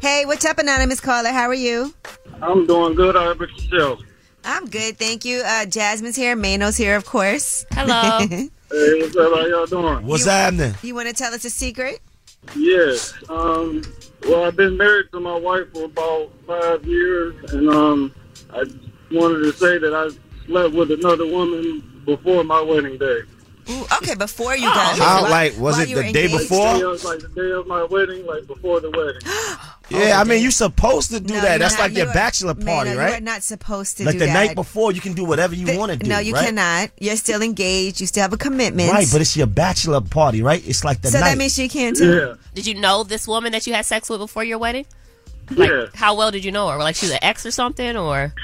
[SPEAKER 1] Hey, what's up, anonymous caller? How are you?
[SPEAKER 18] I'm doing good. How about yourself?
[SPEAKER 1] I'm good, thank you. Uh, Jasmine's here, Mano's here, of course.
[SPEAKER 18] Hello. Hey, what's up? How y'all doing?
[SPEAKER 7] What's happening?
[SPEAKER 1] you want to tell us a secret?
[SPEAKER 18] Yeah. Um, well, I've been married to my wife for about five years, and um, I wanted to say that I slept with another woman before my wedding day.
[SPEAKER 1] Ooh, okay, before you got
[SPEAKER 7] How,
[SPEAKER 1] Why-
[SPEAKER 7] like, was
[SPEAKER 1] why
[SPEAKER 7] it
[SPEAKER 1] you
[SPEAKER 7] the
[SPEAKER 1] were
[SPEAKER 7] day
[SPEAKER 1] engaged?
[SPEAKER 7] before?
[SPEAKER 18] It was like the day of my wedding, like before the wedding.
[SPEAKER 7] Yeah, I mean, you're supposed to do
[SPEAKER 1] No,
[SPEAKER 7] that.
[SPEAKER 1] you're
[SPEAKER 7] That's
[SPEAKER 1] not.
[SPEAKER 7] like your
[SPEAKER 1] You are-
[SPEAKER 7] bachelor party,
[SPEAKER 1] Mano, You are
[SPEAKER 7] right?
[SPEAKER 1] not supposed to
[SPEAKER 7] Like
[SPEAKER 1] do
[SPEAKER 7] the
[SPEAKER 1] that.
[SPEAKER 7] night before, you can do whatever you want to do.
[SPEAKER 1] no, you
[SPEAKER 7] right?
[SPEAKER 1] cannot. You're still engaged. You still have a commitment.
[SPEAKER 7] Right, but it's your bachelor party, right? It's like the
[SPEAKER 6] So
[SPEAKER 7] night.
[SPEAKER 6] that
[SPEAKER 1] means you can't
[SPEAKER 7] too.
[SPEAKER 6] Did you know this woman that you had sex with before your wedding?
[SPEAKER 18] Yeah.
[SPEAKER 6] Like, how well did you know her? Like, she's an ex or something, or?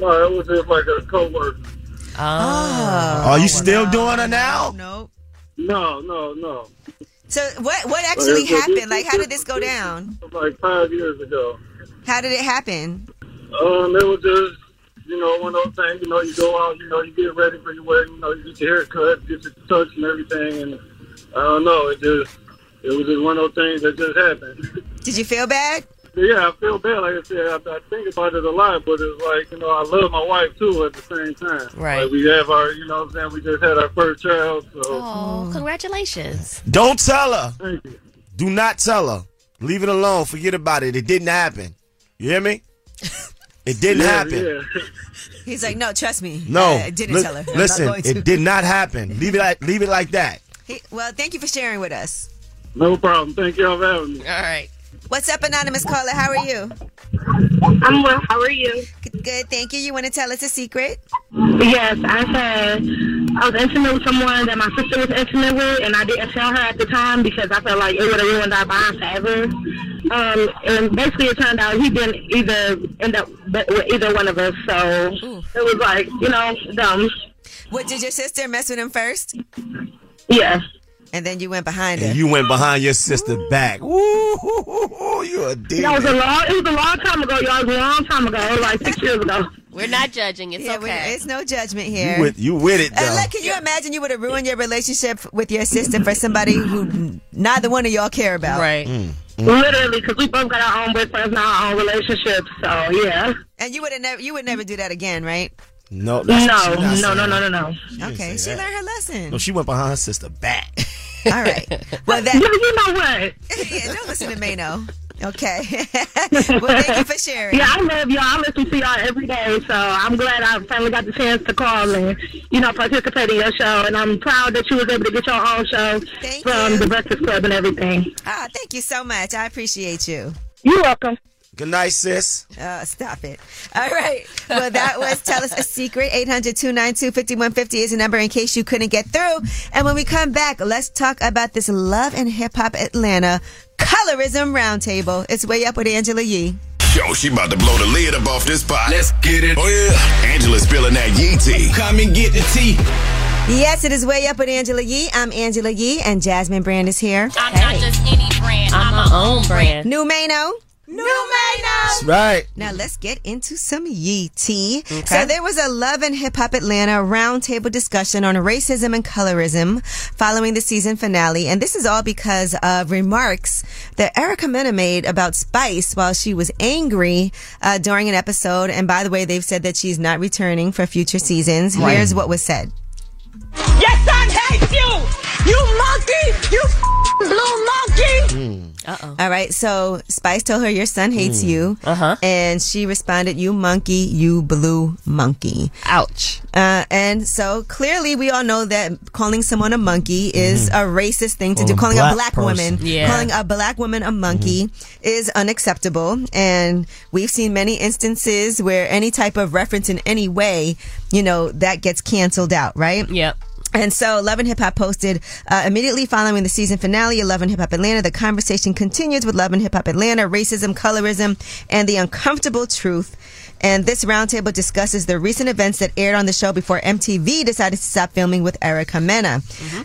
[SPEAKER 18] No, it was just like a coworker.
[SPEAKER 1] Ah.
[SPEAKER 7] Are you still doing it now?
[SPEAKER 1] Oh. No.
[SPEAKER 18] No, no, no.
[SPEAKER 1] So what? What actually
[SPEAKER 18] Like, it's-
[SPEAKER 1] happened? Like, how did this go down?
[SPEAKER 18] It was like five years ago.
[SPEAKER 1] How did it happen?
[SPEAKER 18] Um, it was just, you know, one of those things, you know, you go out, you know, you get ready for your wedding, you know, you get your haircut, get your touch and everything, and I don't know, it just, it was just one of those things that just happened.
[SPEAKER 1] Did you feel bad?
[SPEAKER 18] yeah, I feel bad, like I said, I, I think about it a lot, but it's like, you know, I love my wife too at the same time.
[SPEAKER 6] Right.
[SPEAKER 18] Like we have our, you know what I'm saying, we just had our first child, so.
[SPEAKER 1] Mm.
[SPEAKER 6] Oh, congratulations.
[SPEAKER 7] Don't tell her.
[SPEAKER 18] Thank you.
[SPEAKER 7] Do not tell her. Leave it alone. Forget about it. It didn't happen. You hear me? It didn't
[SPEAKER 18] Yeah,
[SPEAKER 7] happen.
[SPEAKER 18] yeah.
[SPEAKER 1] He's like, no, trust me.
[SPEAKER 7] No.
[SPEAKER 1] I didn't
[SPEAKER 7] Li-
[SPEAKER 1] tell her. I'm not
[SPEAKER 7] Listen,
[SPEAKER 1] going to.
[SPEAKER 7] it did not happen. Leave it like leave it like that.
[SPEAKER 1] He- well, thank you for sharing with us.
[SPEAKER 18] No problem. Thank y'all for having me.
[SPEAKER 6] All right.
[SPEAKER 1] What's up, anonymous caller? How are you?
[SPEAKER 17] I'm well. How are you?
[SPEAKER 1] Good, good, thank you. You want to tell us a secret?
[SPEAKER 17] Yes, I had. I was intimate with someone that my sister was intimate with, and I didn't tell her at the time because I felt like it would have ruined our bond forever. Um, and basically, it turned out he didn't either end up with either one of us. So it was like, you know, dumb.
[SPEAKER 1] What did your sister mess with him first?
[SPEAKER 17] Yeah.
[SPEAKER 1] And then you went behind her.
[SPEAKER 7] And you went behind your sister back. Ooh, you're a dick.
[SPEAKER 17] That was a long. It was a long time ago, y'all. It was a long time ago. It was like six years ago.
[SPEAKER 6] We're not judging. It's
[SPEAKER 1] Yeah, we-
[SPEAKER 6] okay.
[SPEAKER 1] it's no judgment
[SPEAKER 7] You
[SPEAKER 1] here.
[SPEAKER 7] with you with it
[SPEAKER 1] and
[SPEAKER 7] though.
[SPEAKER 1] look, can you imagine you would have ruined your relationship with your sister for somebody who neither one of y'all care about?
[SPEAKER 6] Right.
[SPEAKER 7] Mm,
[SPEAKER 17] Literally, because we both got our own boyfriends and our own relationships. So yeah.
[SPEAKER 1] And you would have never, you would never do that again, right?
[SPEAKER 7] No,
[SPEAKER 17] No,
[SPEAKER 7] that's- she not
[SPEAKER 17] no,
[SPEAKER 7] saying
[SPEAKER 17] no, no, no,
[SPEAKER 7] that.
[SPEAKER 17] no.
[SPEAKER 1] Okay, she learned her lesson.
[SPEAKER 7] No, she went behind her sister back.
[SPEAKER 1] All right. Well, that
[SPEAKER 17] you know what?
[SPEAKER 1] yeah, don't listen to Mano. Okay. well, thank you for sharing.
[SPEAKER 17] Yeah, I love y'all. I listen to y'all every day, so I'm glad I finally got the chance to call and you know participate in your show. And I'm proud that you was able to get your own show from the Breakfast Club and everything.
[SPEAKER 1] Ah, thank you so much. I appreciate you.
[SPEAKER 17] You're welcome.
[SPEAKER 7] Good night, sis.
[SPEAKER 1] Uh, stop it. All right. Well, that was Tell Us a Secret. 800 292 5150 is the number in case you couldn't get through. And when we come back, let's talk about this Love and Hip Hop Atlanta Colorism Roundtable. It's way up with Angela Yee.
[SPEAKER 3] Yo, she about to blow the lid up off this pot. Let's get it. Oh, yeah. Angela's spilling that yee tea. Come and get the tea.
[SPEAKER 1] Yes, it is way up with Angela Yee. I'm Angela Yee, and Jasmine Brand is here.
[SPEAKER 6] I'm not just any brand. I'm my own brand.
[SPEAKER 1] New Mano. New Mano.
[SPEAKER 7] That's right.
[SPEAKER 1] Now let's get into some Yee tea. So there was a Love and Hip Hop Atlanta roundtable discussion on racism and colorism following the season finale, and this is all because of remarks that Erica Mena made about Spice while she was angry uh, during an episode. And by the way, they've said that she's not returning for future seasons.
[SPEAKER 19] Right.
[SPEAKER 1] Here's what was said.
[SPEAKER 19] Your son hates you! You monkey! You f***ing blue monkey!
[SPEAKER 7] Hmm.
[SPEAKER 1] Uh-oh. All right, so Spice told her your son hates
[SPEAKER 6] Hmm.
[SPEAKER 19] Mm.
[SPEAKER 1] you. Uh-huh. And she responded, "You monkey, you blue monkey."
[SPEAKER 6] Ouch.
[SPEAKER 1] Uh, and so clearly we all know that calling someone a monkey is a racist thing to
[SPEAKER 6] Well,
[SPEAKER 1] do.
[SPEAKER 6] Mm-hmm. a
[SPEAKER 1] Calling a
[SPEAKER 6] black
[SPEAKER 1] black
[SPEAKER 6] person.
[SPEAKER 1] woman,
[SPEAKER 6] Yeah. Mm-hmm.
[SPEAKER 1] calling a black woman a monkey is unacceptable. And we've seen many instances where any type of reference in any way, you know, that gets canceled out, right?
[SPEAKER 6] Yep.
[SPEAKER 1] And so, Love and Hip Hop posted uh, immediately following the season finale of Love and Hip Hop Atlanta. The conversation continues with Love and Hip Hop Atlanta, racism, colorism, and the uncomfortable truth. And this roundtable discusses the recent events that aired on the show before MTV decided to stop filming with Erica Mena.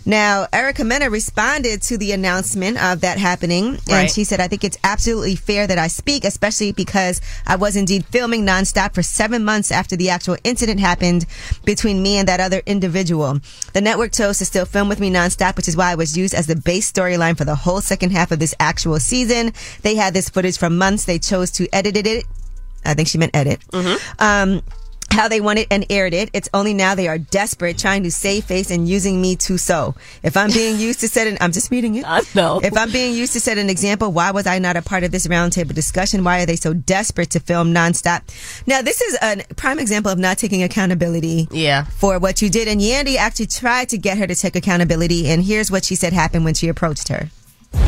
[SPEAKER 1] Now, Erica Mena responded to the announcement of that happening, and
[SPEAKER 6] Right.
[SPEAKER 1] she said, "I think it's absolutely fair that I speak, especially because I was indeed filming nonstop for seven months after the actual incident happened between me and that other individual. The network chose to still film with me nonstop, which is why I was used as the base storyline for the whole second half of this actual season. They had this footage for months. They chose to edit it." I think she meant edit. Um, how they wanted and aired it. It's only now they are desperate, trying to save face and using me to so. If I'm being used to set an, I'm just reading it. I know. If I'm being used to set an example, why was I not a part of this roundtable discussion? Why are they so desperate to film nonstop? Now, this is a prime example of not taking accountability
[SPEAKER 6] Yeah.
[SPEAKER 1] for what you did. And Yandy actually tried to get her to take accountability. And here's what she said happened when she approached her.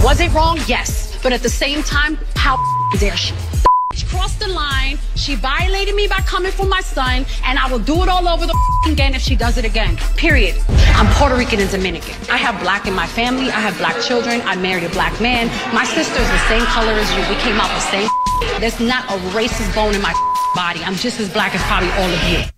[SPEAKER 20] Was it wrong? Yes. But at the same time, how dare she? She crossed the line. She violated me by coming for my son, and I will do it all over the again if she does it again. Period. I'm Puerto Rican and Dominican. I have black in my family. I have black children. I married a black man. My sister's the same color as you. We came out the same. There's not a racist bone in my body. I'm just as black as probably all of you.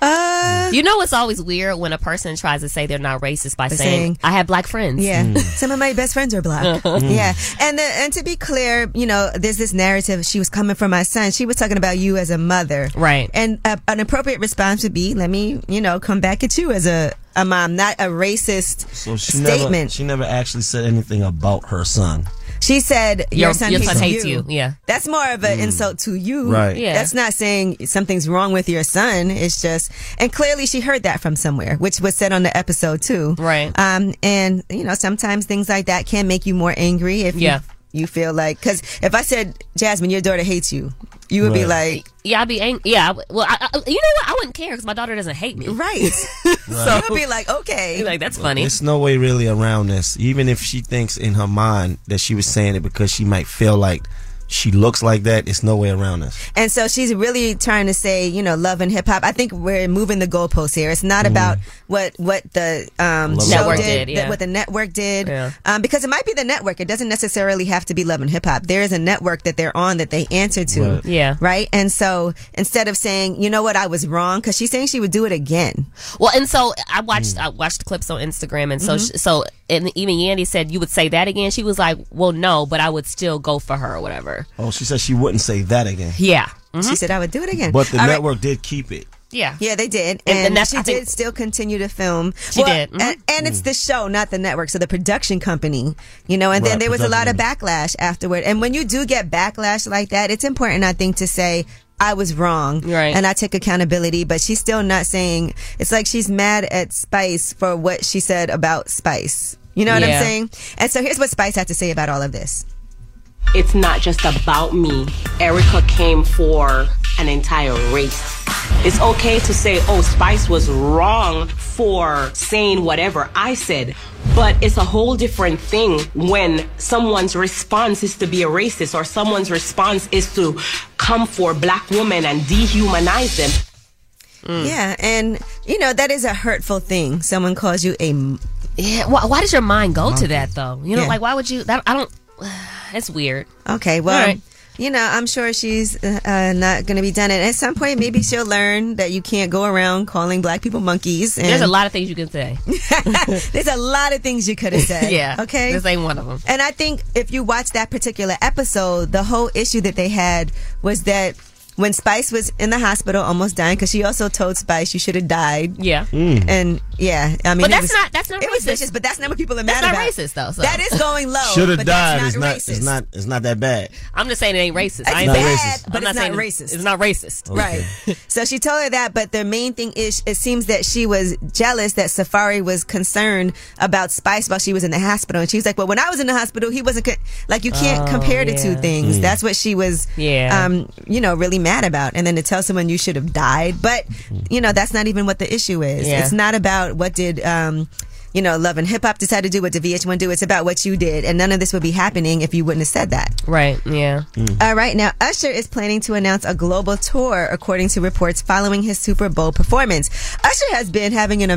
[SPEAKER 1] Uh,
[SPEAKER 6] you know it's always weird when a person tries to say they're not racist by saying, I have black friends.
[SPEAKER 1] Yeah.
[SPEAKER 7] Hmm.
[SPEAKER 1] Some of my best friends are black.
[SPEAKER 6] Mm.
[SPEAKER 1] Yeah. And the, and to be clear, you know, there's this narrative she was coming from my son. She was talking about you as a mother.
[SPEAKER 6] Right.
[SPEAKER 1] And uh, an appropriate response would be, let me, you know, come back at you as a, a mom, not a racist
[SPEAKER 7] So she
[SPEAKER 1] statement.
[SPEAKER 7] never she never actually said anything about her son.
[SPEAKER 1] She said, "Your,
[SPEAKER 7] Your-
[SPEAKER 1] son,
[SPEAKER 7] your
[SPEAKER 1] hates,
[SPEAKER 7] son
[SPEAKER 6] hates
[SPEAKER 1] you.
[SPEAKER 6] you. Yeah.
[SPEAKER 1] that's more of an insult to you.
[SPEAKER 7] Right. Yeah.
[SPEAKER 1] That's not saying something's wrong with your son. It's just, and clearly she heard that from somewhere, which was said on the episode too. Right. Um, and you know, sometimes things like that can make you more angry if
[SPEAKER 6] Yeah.
[SPEAKER 1] you, you feel like because if I said, Jasmine, your daughter hates you, you would be
[SPEAKER 6] Right.
[SPEAKER 1] like,
[SPEAKER 6] Yeah, I'd be angry. Yeah, I w- well, I, I, you know what? I wouldn't care because my daughter doesn't hate me.
[SPEAKER 1] Right.
[SPEAKER 6] so
[SPEAKER 1] you'd be like, okay,
[SPEAKER 6] like that's funny.
[SPEAKER 7] There's no way really around this. Even if she thinks in her mind that she was saying it because she might feel like she looks like that, it's no way around this.
[SPEAKER 1] And so she's really trying to say, you know, love and hip hop. I think we're moving the goalposts here. It's not about what what the um,
[SPEAKER 6] Mm. Love
[SPEAKER 1] show
[SPEAKER 6] Network
[SPEAKER 1] did,
[SPEAKER 6] did,
[SPEAKER 1] that-
[SPEAKER 6] yeah.
[SPEAKER 1] what the network did,
[SPEAKER 6] Yeah.
[SPEAKER 1] um, because it might be the network. It doesn't necessarily have to be love and hip hop. There is a network that they're on that they answer to,
[SPEAKER 6] Right. Yeah.
[SPEAKER 1] right. And so instead of saying, you know what, I was wrong, because she's saying she would do it again.
[SPEAKER 6] Well, and so I watched
[SPEAKER 1] Hmm.
[SPEAKER 6] I watched clips on Instagram, and so
[SPEAKER 1] Mhm.
[SPEAKER 6] sh so and even Yandy said you would say that again. She was like, "Well, no, but I would still go for her or whatever."
[SPEAKER 7] Oh, she said she wouldn't say that again.
[SPEAKER 6] Yeah,
[SPEAKER 1] She said I would do it again.
[SPEAKER 7] But the
[SPEAKER 1] All right.
[SPEAKER 7] network did keep it.
[SPEAKER 6] Yeah.
[SPEAKER 1] Yeah, they did.
[SPEAKER 6] And-
[SPEAKER 1] And,
[SPEAKER 6] and that's-
[SPEAKER 1] she
[SPEAKER 6] I
[SPEAKER 1] did
[SPEAKER 6] think-
[SPEAKER 1] still continue to film.
[SPEAKER 6] She did. Mhm.
[SPEAKER 1] And, and it's the show, not the network. So the production company, you know, and then
[SPEAKER 6] Right,
[SPEAKER 1] there was a lot of
[SPEAKER 6] production.
[SPEAKER 1] backlash afterward. And when you do get backlash like that, it's important, I think, to say, I was wrong. Right. And I take accountability, but she's still not saying, it's like she's mad at Spice for what she said about Spice. You know what
[SPEAKER 19] Yeah.
[SPEAKER 1] I'm saying? And so here's what Spice had to say about all of this.
[SPEAKER 2] It's not just about me. Erica came for an entire race. It's okay to say, oh, Spice was wrong for saying whatever I said, but it's a whole different thing when someone's response is to be a racist or someone's response is to come for black women and dehumanize them.
[SPEAKER 6] Mm.
[SPEAKER 1] Yeah, and you know that is a hurtful thing. Someone calls you a m-
[SPEAKER 6] yeah. Why, why does your mind go to that though? You know,
[SPEAKER 1] Yeah.
[SPEAKER 6] like why would you? That I don't. It's weird.
[SPEAKER 1] Okay, well,
[SPEAKER 6] All right.
[SPEAKER 1] you know, I'm sure she's uh, uh, not going to be done. And at some point, maybe she'll learn that you can't go around calling black people monkeys. And
[SPEAKER 6] There's a lot of things you can say.
[SPEAKER 1] there's a lot of things you could have said.
[SPEAKER 6] Yeah,
[SPEAKER 1] Okay.
[SPEAKER 6] this ain't one of 'em.
[SPEAKER 1] And I think if you watch that particular episode, the whole issue that they had was that when Spice was in the hospital almost dying, because she also told Spice you should have died.
[SPEAKER 6] Yeah.
[SPEAKER 4] Mm.
[SPEAKER 1] And yeah, I mean,
[SPEAKER 6] but
[SPEAKER 1] it
[SPEAKER 6] that's
[SPEAKER 1] was-
[SPEAKER 6] not that's not
[SPEAKER 1] it
[SPEAKER 6] racist.
[SPEAKER 1] was vicious, but that's not what people are
[SPEAKER 6] That's
[SPEAKER 1] mad
[SPEAKER 6] not
[SPEAKER 1] about.
[SPEAKER 6] racist though. So.
[SPEAKER 1] That is going
[SPEAKER 6] Oh,
[SPEAKER 1] low.
[SPEAKER 7] Should have
[SPEAKER 1] but
[SPEAKER 7] died.
[SPEAKER 1] That's
[SPEAKER 7] It's not.
[SPEAKER 1] racist.
[SPEAKER 7] It's not. It's not that bad.
[SPEAKER 6] I'm just saying it ain't racist. I ain't
[SPEAKER 7] It's
[SPEAKER 6] saying-
[SPEAKER 7] bad,
[SPEAKER 1] but
[SPEAKER 6] I'm
[SPEAKER 1] it's not
[SPEAKER 6] saying
[SPEAKER 1] racist.
[SPEAKER 6] It's not racist.
[SPEAKER 1] Right. so she told her that, but the main thing is, it seems that she was jealous that Safari was concerned about Spice while she was in the hospital, and she was like, "Well, when I was in the hospital, he wasn't co-. like you can't
[SPEAKER 6] Oh,
[SPEAKER 1] compare the two
[SPEAKER 6] yeah.
[SPEAKER 1] things."
[SPEAKER 6] Mm.
[SPEAKER 1] That's what she was,
[SPEAKER 6] Yeah.
[SPEAKER 1] um, you know, really mad about. And then to tell someone you should have died, but you know, that's not even what the issue is.
[SPEAKER 6] Yeah.
[SPEAKER 1] It's not about what did. Um, you know, love and hip hop decide to do what did VH1 do? It's about what you did, and none of this would be happening if you wouldn't have said that.
[SPEAKER 6] Right. Yeah. Uh,
[SPEAKER 1] All right, now Usher is planning to announce a global tour, according to reports following his Super Bowl performance. Usher has been having an
[SPEAKER 7] Usher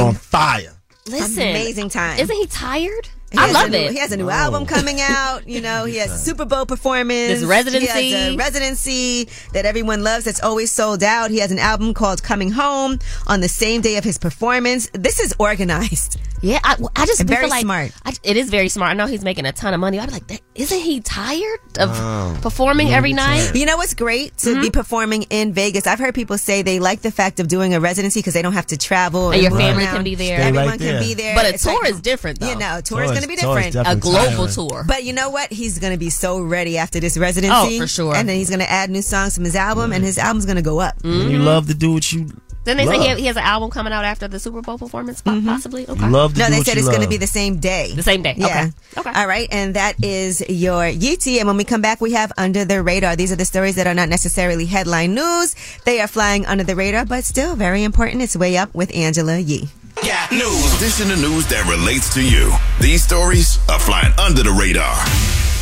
[SPEAKER 7] on
[SPEAKER 1] amazing,
[SPEAKER 7] fire.
[SPEAKER 6] Listen,
[SPEAKER 1] amazing time.
[SPEAKER 6] Isn't he tired?
[SPEAKER 1] He
[SPEAKER 6] I
[SPEAKER 1] has
[SPEAKER 6] love
[SPEAKER 1] a new-
[SPEAKER 6] it.
[SPEAKER 1] He has a new album coming out. You know, Oh, he has a Super Bowl performance.
[SPEAKER 6] This residency.
[SPEAKER 1] He has a residency that everyone loves that's always sold out. He has an album called Coming Home on the same day of his performance. This is organized.
[SPEAKER 6] Yeah, I, well, I just
[SPEAKER 1] And
[SPEAKER 6] feel
[SPEAKER 1] very
[SPEAKER 6] like-
[SPEAKER 1] smart.
[SPEAKER 6] I, it is very smart. I know he's making a ton of money. I'd be like, that, isn't he tired of
[SPEAKER 1] Wow.
[SPEAKER 6] performing every night? Mm-hmm.
[SPEAKER 1] You know what's great to be performing in Vegas? I've heard people say they like the fact of doing a residency because they don't have to travel
[SPEAKER 6] And your
[SPEAKER 1] move
[SPEAKER 6] family
[SPEAKER 1] around.
[SPEAKER 6] can be there. Stay
[SPEAKER 1] Everyone
[SPEAKER 6] right
[SPEAKER 1] can
[SPEAKER 6] there.
[SPEAKER 1] be there.
[SPEAKER 6] But a tour
[SPEAKER 1] is different, though. You know, a tour is
[SPEAKER 6] Tour
[SPEAKER 1] going
[SPEAKER 6] is-
[SPEAKER 1] to be
[SPEAKER 6] tour is
[SPEAKER 1] different.
[SPEAKER 6] A global different. tour.
[SPEAKER 1] But you know what? He's going to be so ready after this residency.
[SPEAKER 6] Oh, for sure.
[SPEAKER 1] And then he's going to add new songs from his album, and his album's going to go up.
[SPEAKER 7] Mm. And You love to do what you.
[SPEAKER 6] Mm-hmm. Then they
[SPEAKER 7] love.
[SPEAKER 6] say he, he has an album coming out after the Super Bowl performance, po- possibly. Okay.
[SPEAKER 7] You love to
[SPEAKER 1] Mm-hmm. No,
[SPEAKER 7] do
[SPEAKER 1] they
[SPEAKER 7] what
[SPEAKER 1] said
[SPEAKER 7] you
[SPEAKER 1] it's going to
[SPEAKER 7] love.
[SPEAKER 1] be the same day.
[SPEAKER 6] The same day.
[SPEAKER 1] Yeah.
[SPEAKER 6] Okay.
[SPEAKER 1] Okay. All right. And that is your Yeetie. And when we come back, we have Under the Radar. These are the stories that are not necessarily headline news. They are flying under the radar, but still very important. It's way up with Angela Yee.
[SPEAKER 3] Got news. This is the news that relates to you. These stories are flying under the radar.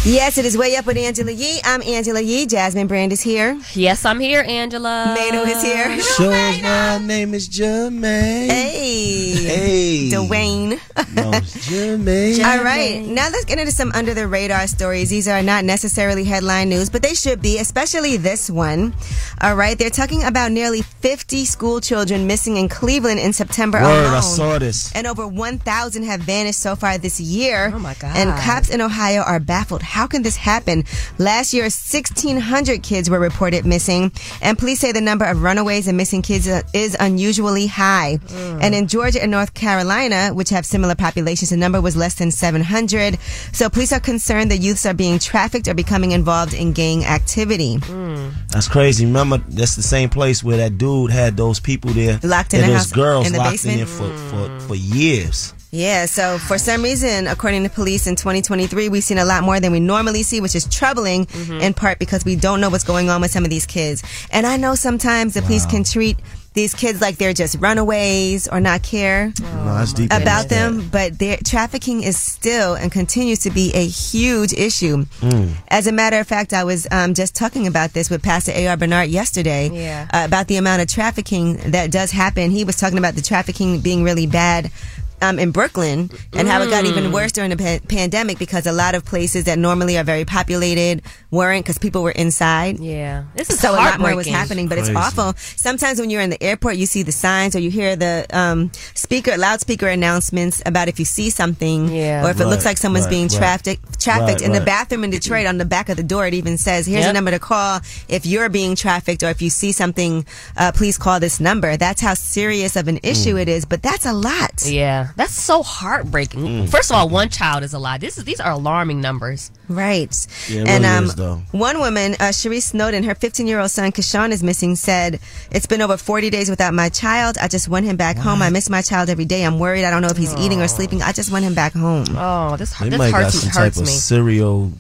[SPEAKER 1] Yes, it is way up with Angela Yee. I'm Angela Yee. Jasmine Brand is here.
[SPEAKER 6] Yes, I'm here, Angela.
[SPEAKER 1] Mado is here.
[SPEAKER 7] Sure, my name is Jermaine.
[SPEAKER 1] Hey.
[SPEAKER 7] Hey.
[SPEAKER 1] Dwayne.
[SPEAKER 7] No, it's Jermaine.
[SPEAKER 1] All right, now let's get into some under the radar stories. These are not necessarily headline news, but they should be, especially this one. All right, they're talking about nearly 50 school children missing in Cleveland in September
[SPEAKER 7] Word,
[SPEAKER 1] alone.
[SPEAKER 7] I saw this.
[SPEAKER 1] And over 1,000 have vanished so far this year. Oh my
[SPEAKER 6] God.
[SPEAKER 1] And cops in Ohio are baffled. How can this happen? Last year, 1,600 kids were reported missing, and police say the number of runaways and missing kids uh, is unusually high. And in Georgia and North Carolina, which have similar populations, the number was less than 700. So police are concerned the youths are being trafficked or becoming involved in gang activity. Mm.
[SPEAKER 7] That's crazy. Remember, that's the same place where that dude had those people there
[SPEAKER 1] Locked in
[SPEAKER 7] and
[SPEAKER 1] the
[SPEAKER 7] those
[SPEAKER 1] house,
[SPEAKER 7] girls
[SPEAKER 1] in the
[SPEAKER 7] locked
[SPEAKER 1] basement?
[SPEAKER 7] in for, for for years.
[SPEAKER 1] Yeah, so for some reason, according to police in 2023, we've seen a lot more than we normally see, which is troubling in part because we don't know what's going on with some of these kids. And I know sometimes the police can treat these kids like they're just runaways or not care
[SPEAKER 7] no, that's deep.
[SPEAKER 1] about them, but their trafficking is still and continues to be a huge issue.
[SPEAKER 7] Mm.
[SPEAKER 1] As a matter of fact, I was um, just talking about this with Pastor A.R. Bernard yesterday
[SPEAKER 6] Yeah.
[SPEAKER 1] uh, about the amount of trafficking that does happen. He was talking about the trafficking being really bad. Um, in Brooklyn, and how it got
[SPEAKER 6] Mm.
[SPEAKER 1] even worse during the pa- pandemic because a lot of places that normally are very populated weren't because people were inside.
[SPEAKER 6] Yeah, this is
[SPEAKER 1] so a lot more was
[SPEAKER 6] heartbreaking.
[SPEAKER 1] happening, but it's
[SPEAKER 6] Crazy.
[SPEAKER 1] awful. Sometimes when you're in the airport, you see the signs or you hear the um, speaker loudspeaker announcements about if you see something or if it looks
[SPEAKER 6] Right,
[SPEAKER 1] like someone's
[SPEAKER 6] right,
[SPEAKER 1] being
[SPEAKER 6] right.
[SPEAKER 1] trafficked. Trafficked
[SPEAKER 6] Right,
[SPEAKER 1] in the
[SPEAKER 6] right.
[SPEAKER 1] bathroom in Detroit, on the back of the door, it even says, "Here's a
[SPEAKER 6] Yep.
[SPEAKER 1] number to call if you're being trafficked or if you see something. Uh, please call this number." That's how serious of an issue
[SPEAKER 6] Mm.
[SPEAKER 1] it is. But that's a lot.
[SPEAKER 6] Yeah, that's so heartbreaking.
[SPEAKER 1] Mm.
[SPEAKER 6] First of all, one child is a lot. This is these are alarming numbers.
[SPEAKER 1] Right.
[SPEAKER 6] Yeah, it
[SPEAKER 1] and
[SPEAKER 6] really
[SPEAKER 1] um,
[SPEAKER 6] is, though.
[SPEAKER 1] one woman, uh, Cherise Snowden, her 15 year old son, Kashawn, is missing, said, It's been over 40 days without my child. I just want him back home. I miss my child every day. I'm worried. I don't know if he's eating or sleeping. I just want him back home.
[SPEAKER 6] Oh, this,
[SPEAKER 7] They might got some type of serial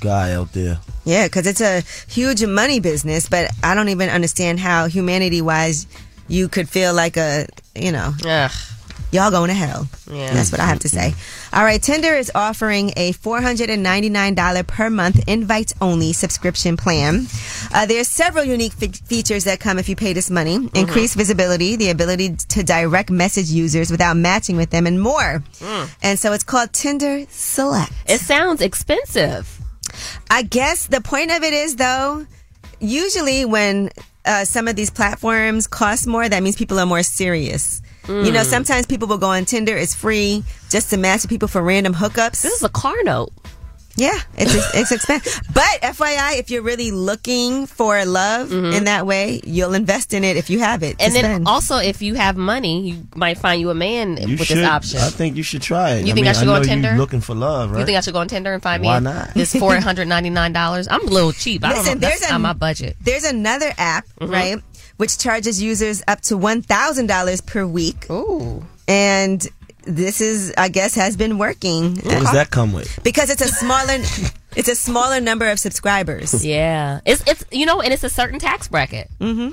[SPEAKER 7] guy out there.
[SPEAKER 1] Yeah, because it's a huge money business, but I don't even understand how humanity wise you could feel like a, you know, y'all going to hell.
[SPEAKER 6] Yeah.
[SPEAKER 1] That's what I have to say. All right, Tinder is offering a $499 per month invite only subscription plan. Uh, there's several unique fe- features that come if you pay this money increased visibility, the ability to direct message users without matching with them, and more. And so it's called Tinder Select. It sounds expensive. I guess the point of it is, though, usually when uh, some of these platforms cost more, that means people are more serious. You know,
[SPEAKER 6] Mm.
[SPEAKER 1] sometimes people will go on Tinder, it's free, just to match with people for random hookups. This is a car note. Yeah, it's it's expensive. But FYI, if you're really looking for love in that way, you'll invest in it if you have it. to
[SPEAKER 6] And then
[SPEAKER 1] spend.
[SPEAKER 6] also, if you have money, you might find you a man
[SPEAKER 7] You
[SPEAKER 6] with
[SPEAKER 7] should-
[SPEAKER 6] this option.
[SPEAKER 7] I think you should try it.
[SPEAKER 6] You think I should go on
[SPEAKER 7] know you
[SPEAKER 6] Tinder?
[SPEAKER 7] Looking for love, right?
[SPEAKER 6] You think I should go on Tinder and find me?
[SPEAKER 7] Why
[SPEAKER 6] a-
[SPEAKER 7] not?
[SPEAKER 6] This four hundred ninety nine dollars. I'm a little cheap. I
[SPEAKER 1] Listen,
[SPEAKER 6] don't know. if
[SPEAKER 1] there's
[SPEAKER 6] That's
[SPEAKER 1] a-
[SPEAKER 6] on my budget. Mm-hmm.
[SPEAKER 1] There's another app, right, which charges users up to $1,000 per week.
[SPEAKER 6] Ooh.
[SPEAKER 1] And this is, I guess, has been working.
[SPEAKER 7] what does that come with?
[SPEAKER 1] Because it's a smaller, it's a smaller number of subscribers.
[SPEAKER 6] Yeah, it's it's you know, and it's a certain tax bracket.
[SPEAKER 1] Mm-hmm.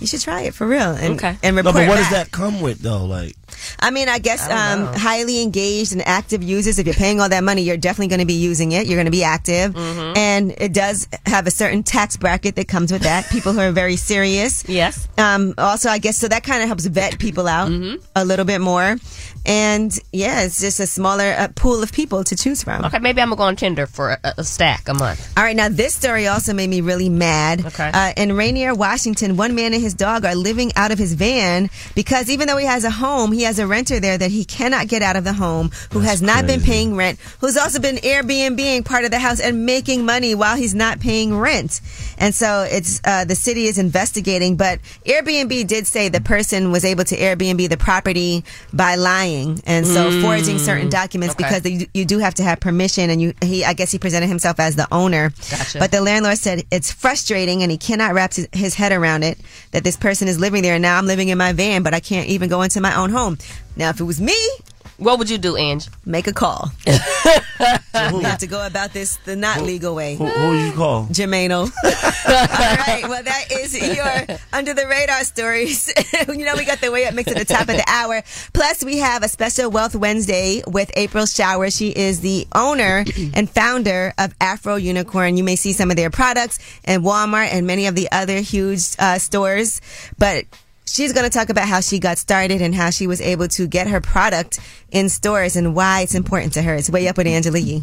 [SPEAKER 1] You should try it for real. And,
[SPEAKER 6] Okay.
[SPEAKER 1] And
[SPEAKER 7] no,
[SPEAKER 1] report
[SPEAKER 7] but what
[SPEAKER 1] back.
[SPEAKER 7] does that come with though? Like,
[SPEAKER 1] I mean, I guess
[SPEAKER 6] I don't
[SPEAKER 1] um,
[SPEAKER 6] know.
[SPEAKER 1] highly engaged and active users. If you're paying all that money, you're definitely going to be using it. You're going to be active,
[SPEAKER 6] Mhm.
[SPEAKER 1] and it does have a certain tax bracket that comes with that. People who are very serious.
[SPEAKER 6] Yes. Mm-hmm.
[SPEAKER 1] Um, also, I guess so that kind of helps vet people out a little bit more, and yeah, it's just a smaller uh, pool of people to choose from.
[SPEAKER 6] Okay, maybe I'm gonna go on Tinder for a, a stack a month.
[SPEAKER 1] All right, now this story also made me really mad. Okay. Uh, in Rainier, Washington, one man and his dog are living out of his van because even though he has a home, he has a renter there that he cannot get out of the home, who has not been
[SPEAKER 4] crazy.
[SPEAKER 1] paying rent, who's also been Airbnbing part of the house and making money while he's not paying rent. And so it's uh, the city is investigating, but Airbnb did say the person was able to Airbnb the property by lying and so
[SPEAKER 6] Mm.
[SPEAKER 1] forging certain documents
[SPEAKER 6] Okay.
[SPEAKER 1] because you, you do have to have permission and you he I guess he presented himself as the owner.
[SPEAKER 6] Gotcha.
[SPEAKER 1] But the landlord said it's frustrating and he cannot wrap his, his head around it that this person is living there and now I'm living in my van but I can't even go into my own home. Now if it was me,
[SPEAKER 6] what would you do, Ange?
[SPEAKER 1] Make a call. we have to go about this the not legal way.
[SPEAKER 7] who, who you call?
[SPEAKER 1] Jermaino. All right. Well, that is your under the radar stories. you know, we got the way up mix at the top of the hour. Plus, we have a special Wealth Wednesday with April Shower. She is the owner and founder of Afro Unicorn. You may see some of their products in Walmart and many of the other huge uh, stores, but. She's going to talk about how she got started and how she was able to get her product in stores and why it's important to her. It's way up with Angela Yee.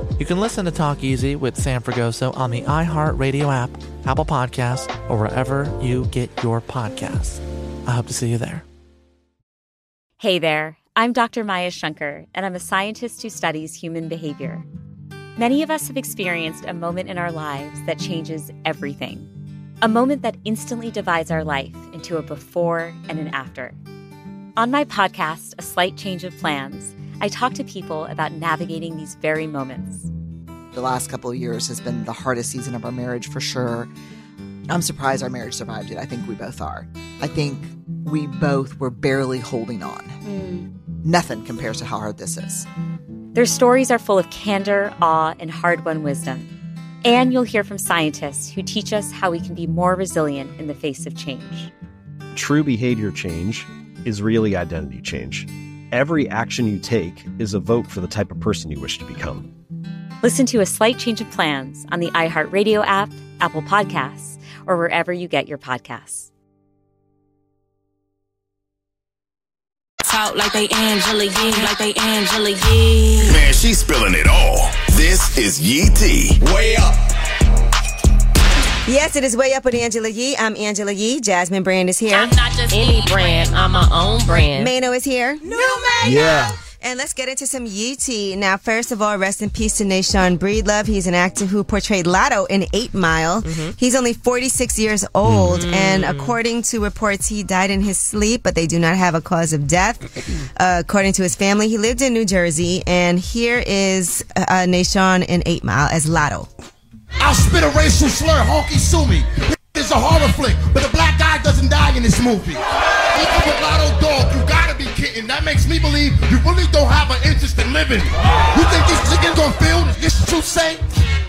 [SPEAKER 14] You can listen to Talk Easy with Sam Fragoso on the iHeartRadio app, Apple Podcasts, or wherever you get your podcasts. I hope to see you there.
[SPEAKER 21] Hey there, I'm Dr. Maya Shunker, and I'm a scientist who studies human behavior. Many of us have experienced a moment in our lives that changes everything, a moment that instantly divides our life into a before and an after. On my podcast, A Slight Change of Plans, I talk to people about navigating these very moments.
[SPEAKER 9] The last couple of years has been the hardest season of our marriage for sure. I'm surprised our marriage survived it. I think we both are. I think we both were barely holding on. Nothing compares to how hard this is.
[SPEAKER 21] Their stories are full of candor, awe, and hard won wisdom. And you'll hear from scientists who teach us how we can be more resilient in the face of change.
[SPEAKER 4] True behavior change is really identity change. Every action you take is a vote for the type of person you wish to become.
[SPEAKER 21] Listen to A Slight Change of Plans on the iHeartRadio app, Apple Podcasts, or wherever you get your podcasts.
[SPEAKER 22] Talk like they Angela Yee, like they Angela Yee.
[SPEAKER 3] Man, she's spilling it all. This is Yee T. Way up.
[SPEAKER 1] Yes, it is way up with Angela Yee. I'm Angela Yee. Jasmine Brand is here.
[SPEAKER 6] Any brand, I'm my own brand.
[SPEAKER 1] Mano is here. New Mano.
[SPEAKER 6] Yeah.
[SPEAKER 1] And let's get into some Yee tea. Now, first of all, rest in peace to Nashawn Breedlove. He's an actor who portrayed Lotto in Eight Mile. He's only 46 years old, and according to reports, he died in his sleep, but they do not have a cause of death. Uh, according to his family, he lived in New Jersey, and here is uh, Nashawn in Eight Mile as Lotto.
[SPEAKER 23] I'll spit a racial slur, honky sue me. It's a horror flick, but the black guy doesn't die in this movie. Even with Lotto Dog, you gotta be kidding. That makes me believe you really don't have an interest in living. You think these niggas gonna feel this you say?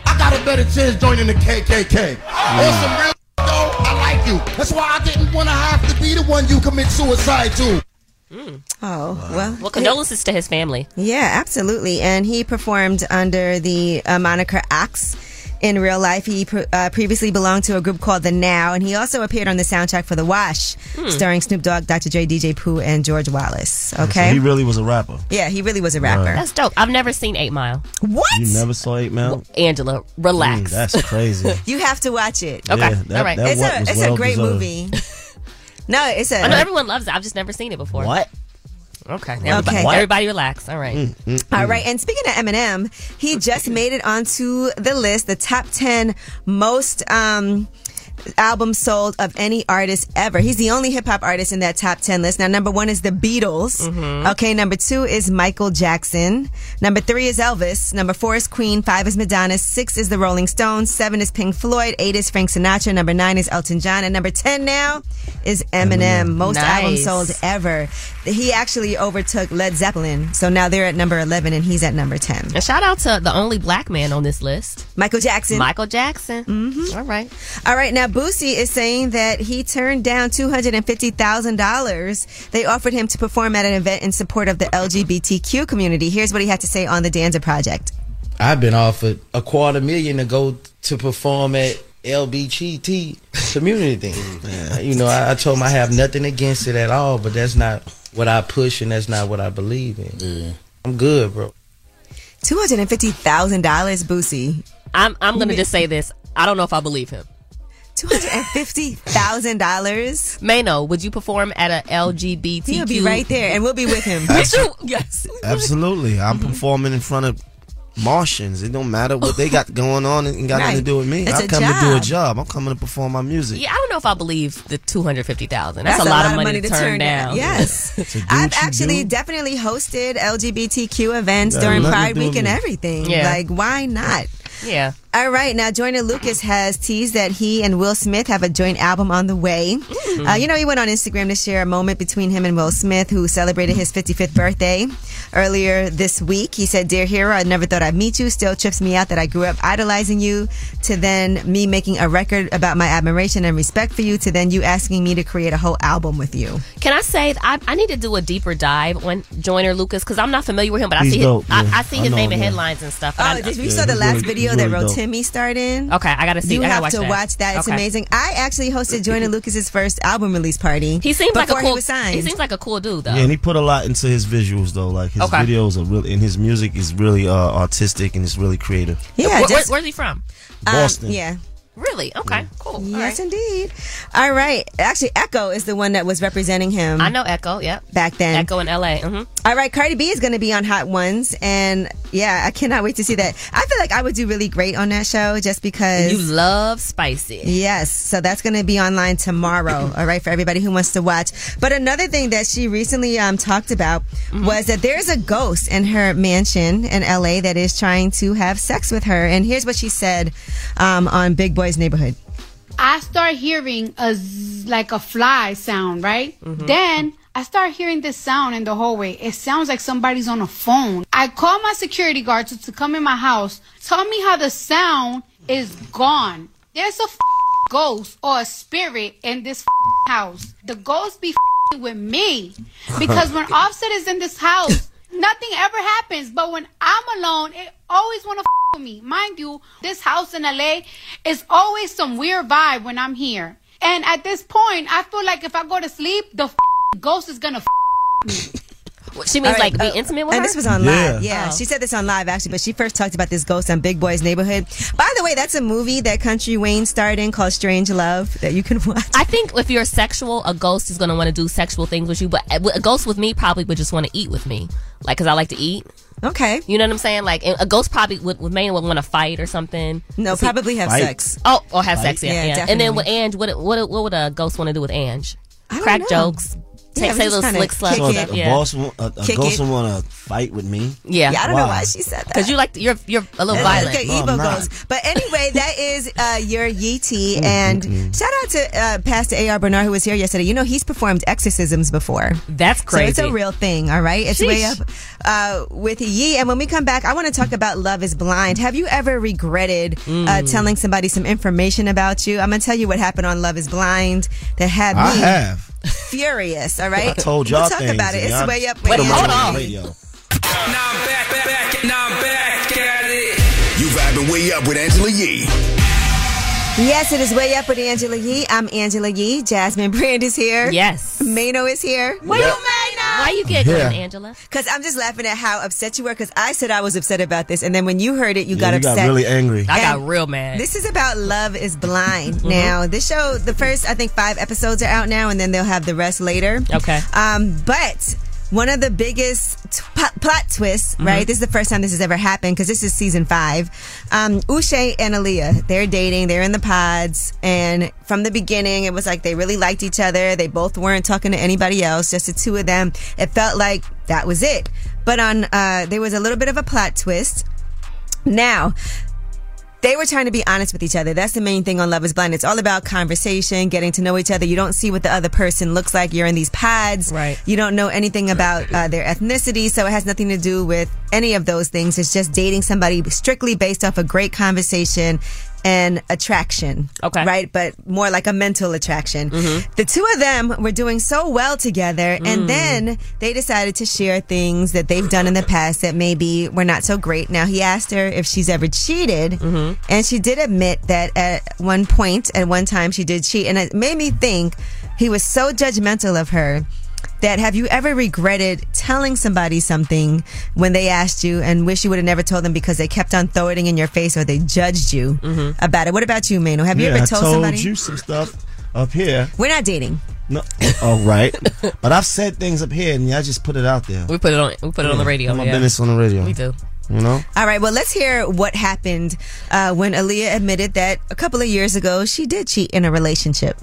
[SPEAKER 23] I got a better chance joining the KKK. Or some real though, I like you. That's why I didn't wanna have to be the one you commit suicide to.
[SPEAKER 1] Oh, well.
[SPEAKER 6] Well, condolences to his family.
[SPEAKER 1] Yeah, absolutely. And he performed under the uh, moniker Axe. In real life, he pr- uh, previously belonged to a group called The Now, and he also appeared on the soundtrack for The Wash,
[SPEAKER 7] Hmm.
[SPEAKER 1] starring Snoop Dogg, Dr. Dre, DJ Pooh, and George Wallace. Okay?
[SPEAKER 7] So he really was a rapper.
[SPEAKER 1] yeah, he really was a
[SPEAKER 7] Right.
[SPEAKER 1] rapper.
[SPEAKER 6] That's dope. I've never seen Eight Mile.
[SPEAKER 1] What?
[SPEAKER 7] You never saw Eight Mile?
[SPEAKER 6] Angela, relax.
[SPEAKER 7] Mm, that's crazy.
[SPEAKER 1] You have to watch it.
[SPEAKER 7] Okay. Yeah, that- All right. that
[SPEAKER 1] it's
[SPEAKER 7] what
[SPEAKER 1] a
[SPEAKER 7] was
[SPEAKER 1] it's a
[SPEAKER 7] well
[SPEAKER 1] great
[SPEAKER 7] deserved.
[SPEAKER 1] movie. No, it's a.
[SPEAKER 6] I know everyone loves it. I've just never seen it before.
[SPEAKER 7] What? Mm,
[SPEAKER 6] Okay.
[SPEAKER 1] Okay.
[SPEAKER 6] Everybody,
[SPEAKER 1] What?
[SPEAKER 6] everybody relax. All right.
[SPEAKER 1] All right, and speaking of Eminem, he just made it onto the list, the top ten most um, albums sold of any artist ever. He's the only hip hop artist in that top ten list. Now, number one is the Beatles.
[SPEAKER 24] Mhm.
[SPEAKER 1] Okay, number two is Michael Jackson. Number three is Elvis. Number four is Queen. Five is Madonna. Six is the Rolling Stones. Seven is Pink Floyd. Eight is Frank Sinatra. Number nine is Elton John, and number ten now is Eminem. Most albums
[SPEAKER 6] Mm, Nice.
[SPEAKER 1] sold ever. He actually overtook Led Zeppelin. So now they're at number 11 and he's at number 10.
[SPEAKER 6] And shout out to the only black man on this list,
[SPEAKER 1] Michael Jackson.
[SPEAKER 6] Michael Jackson. Mm-hmm. All right.
[SPEAKER 1] All right, now Boosie is saying that he turned down $250,000. They offered him to perform at an event in support of the LGBTQ community. Here's what he had to say on the Danza Project.
[SPEAKER 25] I've been offered a quarter million to go to perform at LBGT community thing. You know, I, I told him I have nothing against it at all, but that's not what I push and that's not what I believe in. I'm good, bro.
[SPEAKER 1] $250,000, Boosie.
[SPEAKER 6] I'm I'm gonna just say this. I don't know if I believe him.
[SPEAKER 1] Two hundred and fifty thousand dollars.
[SPEAKER 6] Mano, would you perform at a LGBTQ?
[SPEAKER 1] He'll be right there, and we'll be with him.
[SPEAKER 6] Would you? Yes.
[SPEAKER 7] Absolutely. I'm
[SPEAKER 1] Mm-hmm.
[SPEAKER 7] performing in front of Martians. It don't matter what they got going on. It ain't got nothing to do with me.
[SPEAKER 6] It's
[SPEAKER 7] I
[SPEAKER 6] a
[SPEAKER 7] come to do a
[SPEAKER 6] job.
[SPEAKER 7] job. I'm coming to perform my music.
[SPEAKER 6] Yeah, I don't know if I believe the two hundred fifty thousand. That's, a lot, of money, to turn, down.
[SPEAKER 1] Yes.
[SPEAKER 7] To do
[SPEAKER 1] I've
[SPEAKER 7] what you
[SPEAKER 1] actually
[SPEAKER 7] do.
[SPEAKER 1] definitely hosted LGBTQ events
[SPEAKER 7] Got
[SPEAKER 1] during
[SPEAKER 7] nothing
[SPEAKER 1] Pride
[SPEAKER 7] to do
[SPEAKER 1] Week
[SPEAKER 7] with
[SPEAKER 1] and
[SPEAKER 7] me.
[SPEAKER 1] everything.
[SPEAKER 6] Yeah.
[SPEAKER 1] Like, why not?
[SPEAKER 6] Yeah.
[SPEAKER 1] All right, now Joyner Lucas has teased that he and Will Smith have a joint album on the way. Uh, you know, he went on Instagram to share a moment between him and Will Smith, who celebrated his 55th birthday earlier this week. He said, Dear hero, I never thought I'd meet you. Still trips me out that I grew up idolizing you, to then me making a record about my admiration and respect for you, to then you asking me to create a whole album with you.
[SPEAKER 6] Can I say I, I need to do a deeper dive on Joyner Lucas because I'm not familiar with him, but I
[SPEAKER 1] He's
[SPEAKER 6] see
[SPEAKER 1] dope,
[SPEAKER 6] his, I,
[SPEAKER 1] yeah.
[SPEAKER 6] I see
[SPEAKER 1] I
[SPEAKER 6] his
[SPEAKER 1] know
[SPEAKER 6] name
[SPEAKER 1] him,
[SPEAKER 6] in
[SPEAKER 1] yeah.
[SPEAKER 6] headlines and stuff.
[SPEAKER 1] Oh,
[SPEAKER 6] and I- Uh,
[SPEAKER 1] did you saw the last video that Rotimi starred in?
[SPEAKER 6] Okay, I gotta see.
[SPEAKER 1] You
[SPEAKER 6] I gotta
[SPEAKER 1] have
[SPEAKER 6] watch
[SPEAKER 1] to
[SPEAKER 6] that.
[SPEAKER 1] watch that. It's
[SPEAKER 6] Okay.
[SPEAKER 1] amazing. I actually hosted Joyner Lucas's first album release party.
[SPEAKER 6] He seems like a
[SPEAKER 1] before
[SPEAKER 6] cool.
[SPEAKER 1] he was signed.
[SPEAKER 6] seems like a cool dude though.
[SPEAKER 7] Yeah, and he put a lot into his visuals though. Like his
[SPEAKER 6] Okay.
[SPEAKER 7] videos are really, and his music is really uh, artistic and it's really creative.
[SPEAKER 1] Yeah,
[SPEAKER 6] Where-
[SPEAKER 1] just-
[SPEAKER 6] where's he from?
[SPEAKER 7] Boston.
[SPEAKER 1] Uh, yeah.
[SPEAKER 6] Really? Okay. Cool.
[SPEAKER 1] Yes, indeed. All right. Actually, Echo is the one that was representing him.
[SPEAKER 6] I know Echo. Yep.
[SPEAKER 1] Back then.
[SPEAKER 6] Echo in L.A. hmm
[SPEAKER 1] All right, Cardi B is going to be on Hot Ones, and yeah, I cannot wait to see that. I feel like I would do really great on that show just because
[SPEAKER 6] You love spicy.
[SPEAKER 1] Yes. So that's going to be online tomorrow. all right. For everybody who wants to watch. But another thing that she recently um, talked about was that there's a ghost in her mansion in LA that is trying to have sex with her. And here's what she said um, on Big Boy's Neighborhood.
[SPEAKER 20] I start hearing a zzz, like a fly sound, right? Then I start hearing this sound in the hallway. It sounds like somebody's on a phone. I call my security guard to, to come in my house. Tell me how the sound is gone. There's a f- ghost or a spirit in this f- house. The ghost be f- with me because when Offset is in this house, nothing ever happens. But when I'm alone, it always want to f- with me. Mind you, this house in LA is always some weird vibe when I'm here. And at this point, I feel like if I go to sleep, the f- ghost is gonna. F-
[SPEAKER 6] She means, like, be intimate with
[SPEAKER 1] uh, and
[SPEAKER 6] her?
[SPEAKER 1] this was on
[SPEAKER 6] Yeah.
[SPEAKER 1] live. Yeah,
[SPEAKER 6] Oh.
[SPEAKER 1] she said this on live actually, but she first talked about this ghost on Big Boy's Neighborhood. By the way, that's a movie that Country Wayne starred in called Strange Love that you can watch.
[SPEAKER 6] I think if you're sexual, a ghost is going to want to do sexual things with you. But eh, a ghost with me probably would just want to eat with me, like because I like to eat.
[SPEAKER 1] Okay,
[SPEAKER 6] you know what I'm saying. Like and a ghost probably would, would mainly would want to fight or something.
[SPEAKER 1] No,
[SPEAKER 6] 'Cause he-
[SPEAKER 1] probably have Fight. sex.
[SPEAKER 6] Oh, or have
[SPEAKER 1] Fight?
[SPEAKER 6] sex. Yeah,
[SPEAKER 1] Yeah,
[SPEAKER 6] yeah. And then
[SPEAKER 1] definitely.
[SPEAKER 6] with Ange, what what what would a ghost want to do with Ange? Crack
[SPEAKER 1] know.
[SPEAKER 6] jokes,
[SPEAKER 1] Yeah,
[SPEAKER 6] take
[SPEAKER 1] we
[SPEAKER 6] say
[SPEAKER 1] just
[SPEAKER 6] little
[SPEAKER 1] kinda
[SPEAKER 6] slick stuff.
[SPEAKER 7] So
[SPEAKER 6] stuff,
[SPEAKER 7] a,
[SPEAKER 6] yeah.
[SPEAKER 7] boss, wa- a, a
[SPEAKER 6] Kick
[SPEAKER 7] ghost
[SPEAKER 6] it.
[SPEAKER 7] want to fight with me?
[SPEAKER 6] Yeah. Yeah, I don't know why
[SPEAKER 1] she said that.
[SPEAKER 6] Because you like you're you're a little violent.
[SPEAKER 1] Okay, evil goes. But anyway, that is uh, your
[SPEAKER 7] Oh,
[SPEAKER 1] Yeetie. And shout out to uh, Pastor A.R. Bernard, who was here yesterday. You know, he's performed exorcisms before.
[SPEAKER 6] That's crazy.
[SPEAKER 1] So it's a real thing, all right? It's way up
[SPEAKER 6] Sheesh.
[SPEAKER 1] uh, with Yee. And when we come back, I want to talk about Love is Blind. Have you ever regretted
[SPEAKER 6] Mm.
[SPEAKER 1] uh, telling somebody some information about you? I'm going to tell you what happened on Love is Blind that had
[SPEAKER 7] I
[SPEAKER 1] me
[SPEAKER 7] have.
[SPEAKER 1] furious, all right?
[SPEAKER 7] I told y'all
[SPEAKER 1] We'll talk
[SPEAKER 7] things,
[SPEAKER 1] about it. It's
[SPEAKER 7] y'all-
[SPEAKER 1] way up.
[SPEAKER 7] put
[SPEAKER 1] way
[SPEAKER 7] them
[SPEAKER 1] up.
[SPEAKER 7] on the radio.
[SPEAKER 3] You vibing way up with Angela Yee.
[SPEAKER 1] Yes, it is way up with Angela Yee. I'm Angela Yee. Jasmine Brand is here.
[SPEAKER 6] Yes.
[SPEAKER 1] Mano is here.
[SPEAKER 6] What do you mean? Why you giggling,
[SPEAKER 1] Yeah.
[SPEAKER 6] Angela?
[SPEAKER 1] Because I'm just laughing at how upset you were because I said I was upset about this. And then when you heard it, you got
[SPEAKER 7] you got
[SPEAKER 1] upset.
[SPEAKER 7] really angry. I got
[SPEAKER 1] And
[SPEAKER 6] real mad.
[SPEAKER 1] This is about Love is Blind.
[SPEAKER 6] Mhm.
[SPEAKER 1] Now, this show, the first, I think, five episodes are out now, and then they'll have the rest later.
[SPEAKER 6] Okay.
[SPEAKER 1] Um, but. One of the biggest t- pl- plot twists,
[SPEAKER 6] Mhm.
[SPEAKER 1] right? This is the first time this has ever happened because this is season five. Um, Uche and Aaliyah, they're dating, they're in the pods, and from the beginning, it was like they really liked each other. They both weren't talking to anybody else, just the two of them. It felt like that was it. But on, uh, there was a little bit of a plot twist. Now, they were trying to be honest with each other. That's the main thing on Love is Blind. It's all about conversation, getting to know each other. You don't see what the other person looks like. You're in these pods. Right. You don't know anything about uh, their ethnicity. So it has nothing to do with any of those things. It's just dating somebody strictly based off a great conversation and attraction. Okay. Mm-hmm. Right? But more like a mental attraction. The two of them were doing so well together. And then they decided to share things that they've done in the past that maybe were not so great. Now, he asked her if she's ever cheated.
[SPEAKER 6] Mm-hmm.
[SPEAKER 1] And she did admit that at one point, at one time, she did cheat. And it made me think he was so judgmental of her that have you ever regretted telling somebody something when they asked you and wish you would have never told them because they kept on throwing it in your face or they judged you
[SPEAKER 6] Mm-hmm.
[SPEAKER 1] about it? What about you, Mano? Have you
[SPEAKER 7] Yeah,
[SPEAKER 1] ever
[SPEAKER 7] I
[SPEAKER 1] told,
[SPEAKER 7] told
[SPEAKER 1] somebody?
[SPEAKER 7] you some stuff up here.
[SPEAKER 1] We're not dating.
[SPEAKER 7] No, all right. but I've said things up here, and y'all just put it out there.
[SPEAKER 6] We put it on. We put it on the
[SPEAKER 7] Yeah,
[SPEAKER 6] radio.
[SPEAKER 7] put My
[SPEAKER 6] yeah.
[SPEAKER 7] business on the radio.
[SPEAKER 6] We do.
[SPEAKER 7] You know.
[SPEAKER 1] All right, well, let's hear what happened uh, when Aaliyah admitted that a couple of years ago she did cheat in a relationship.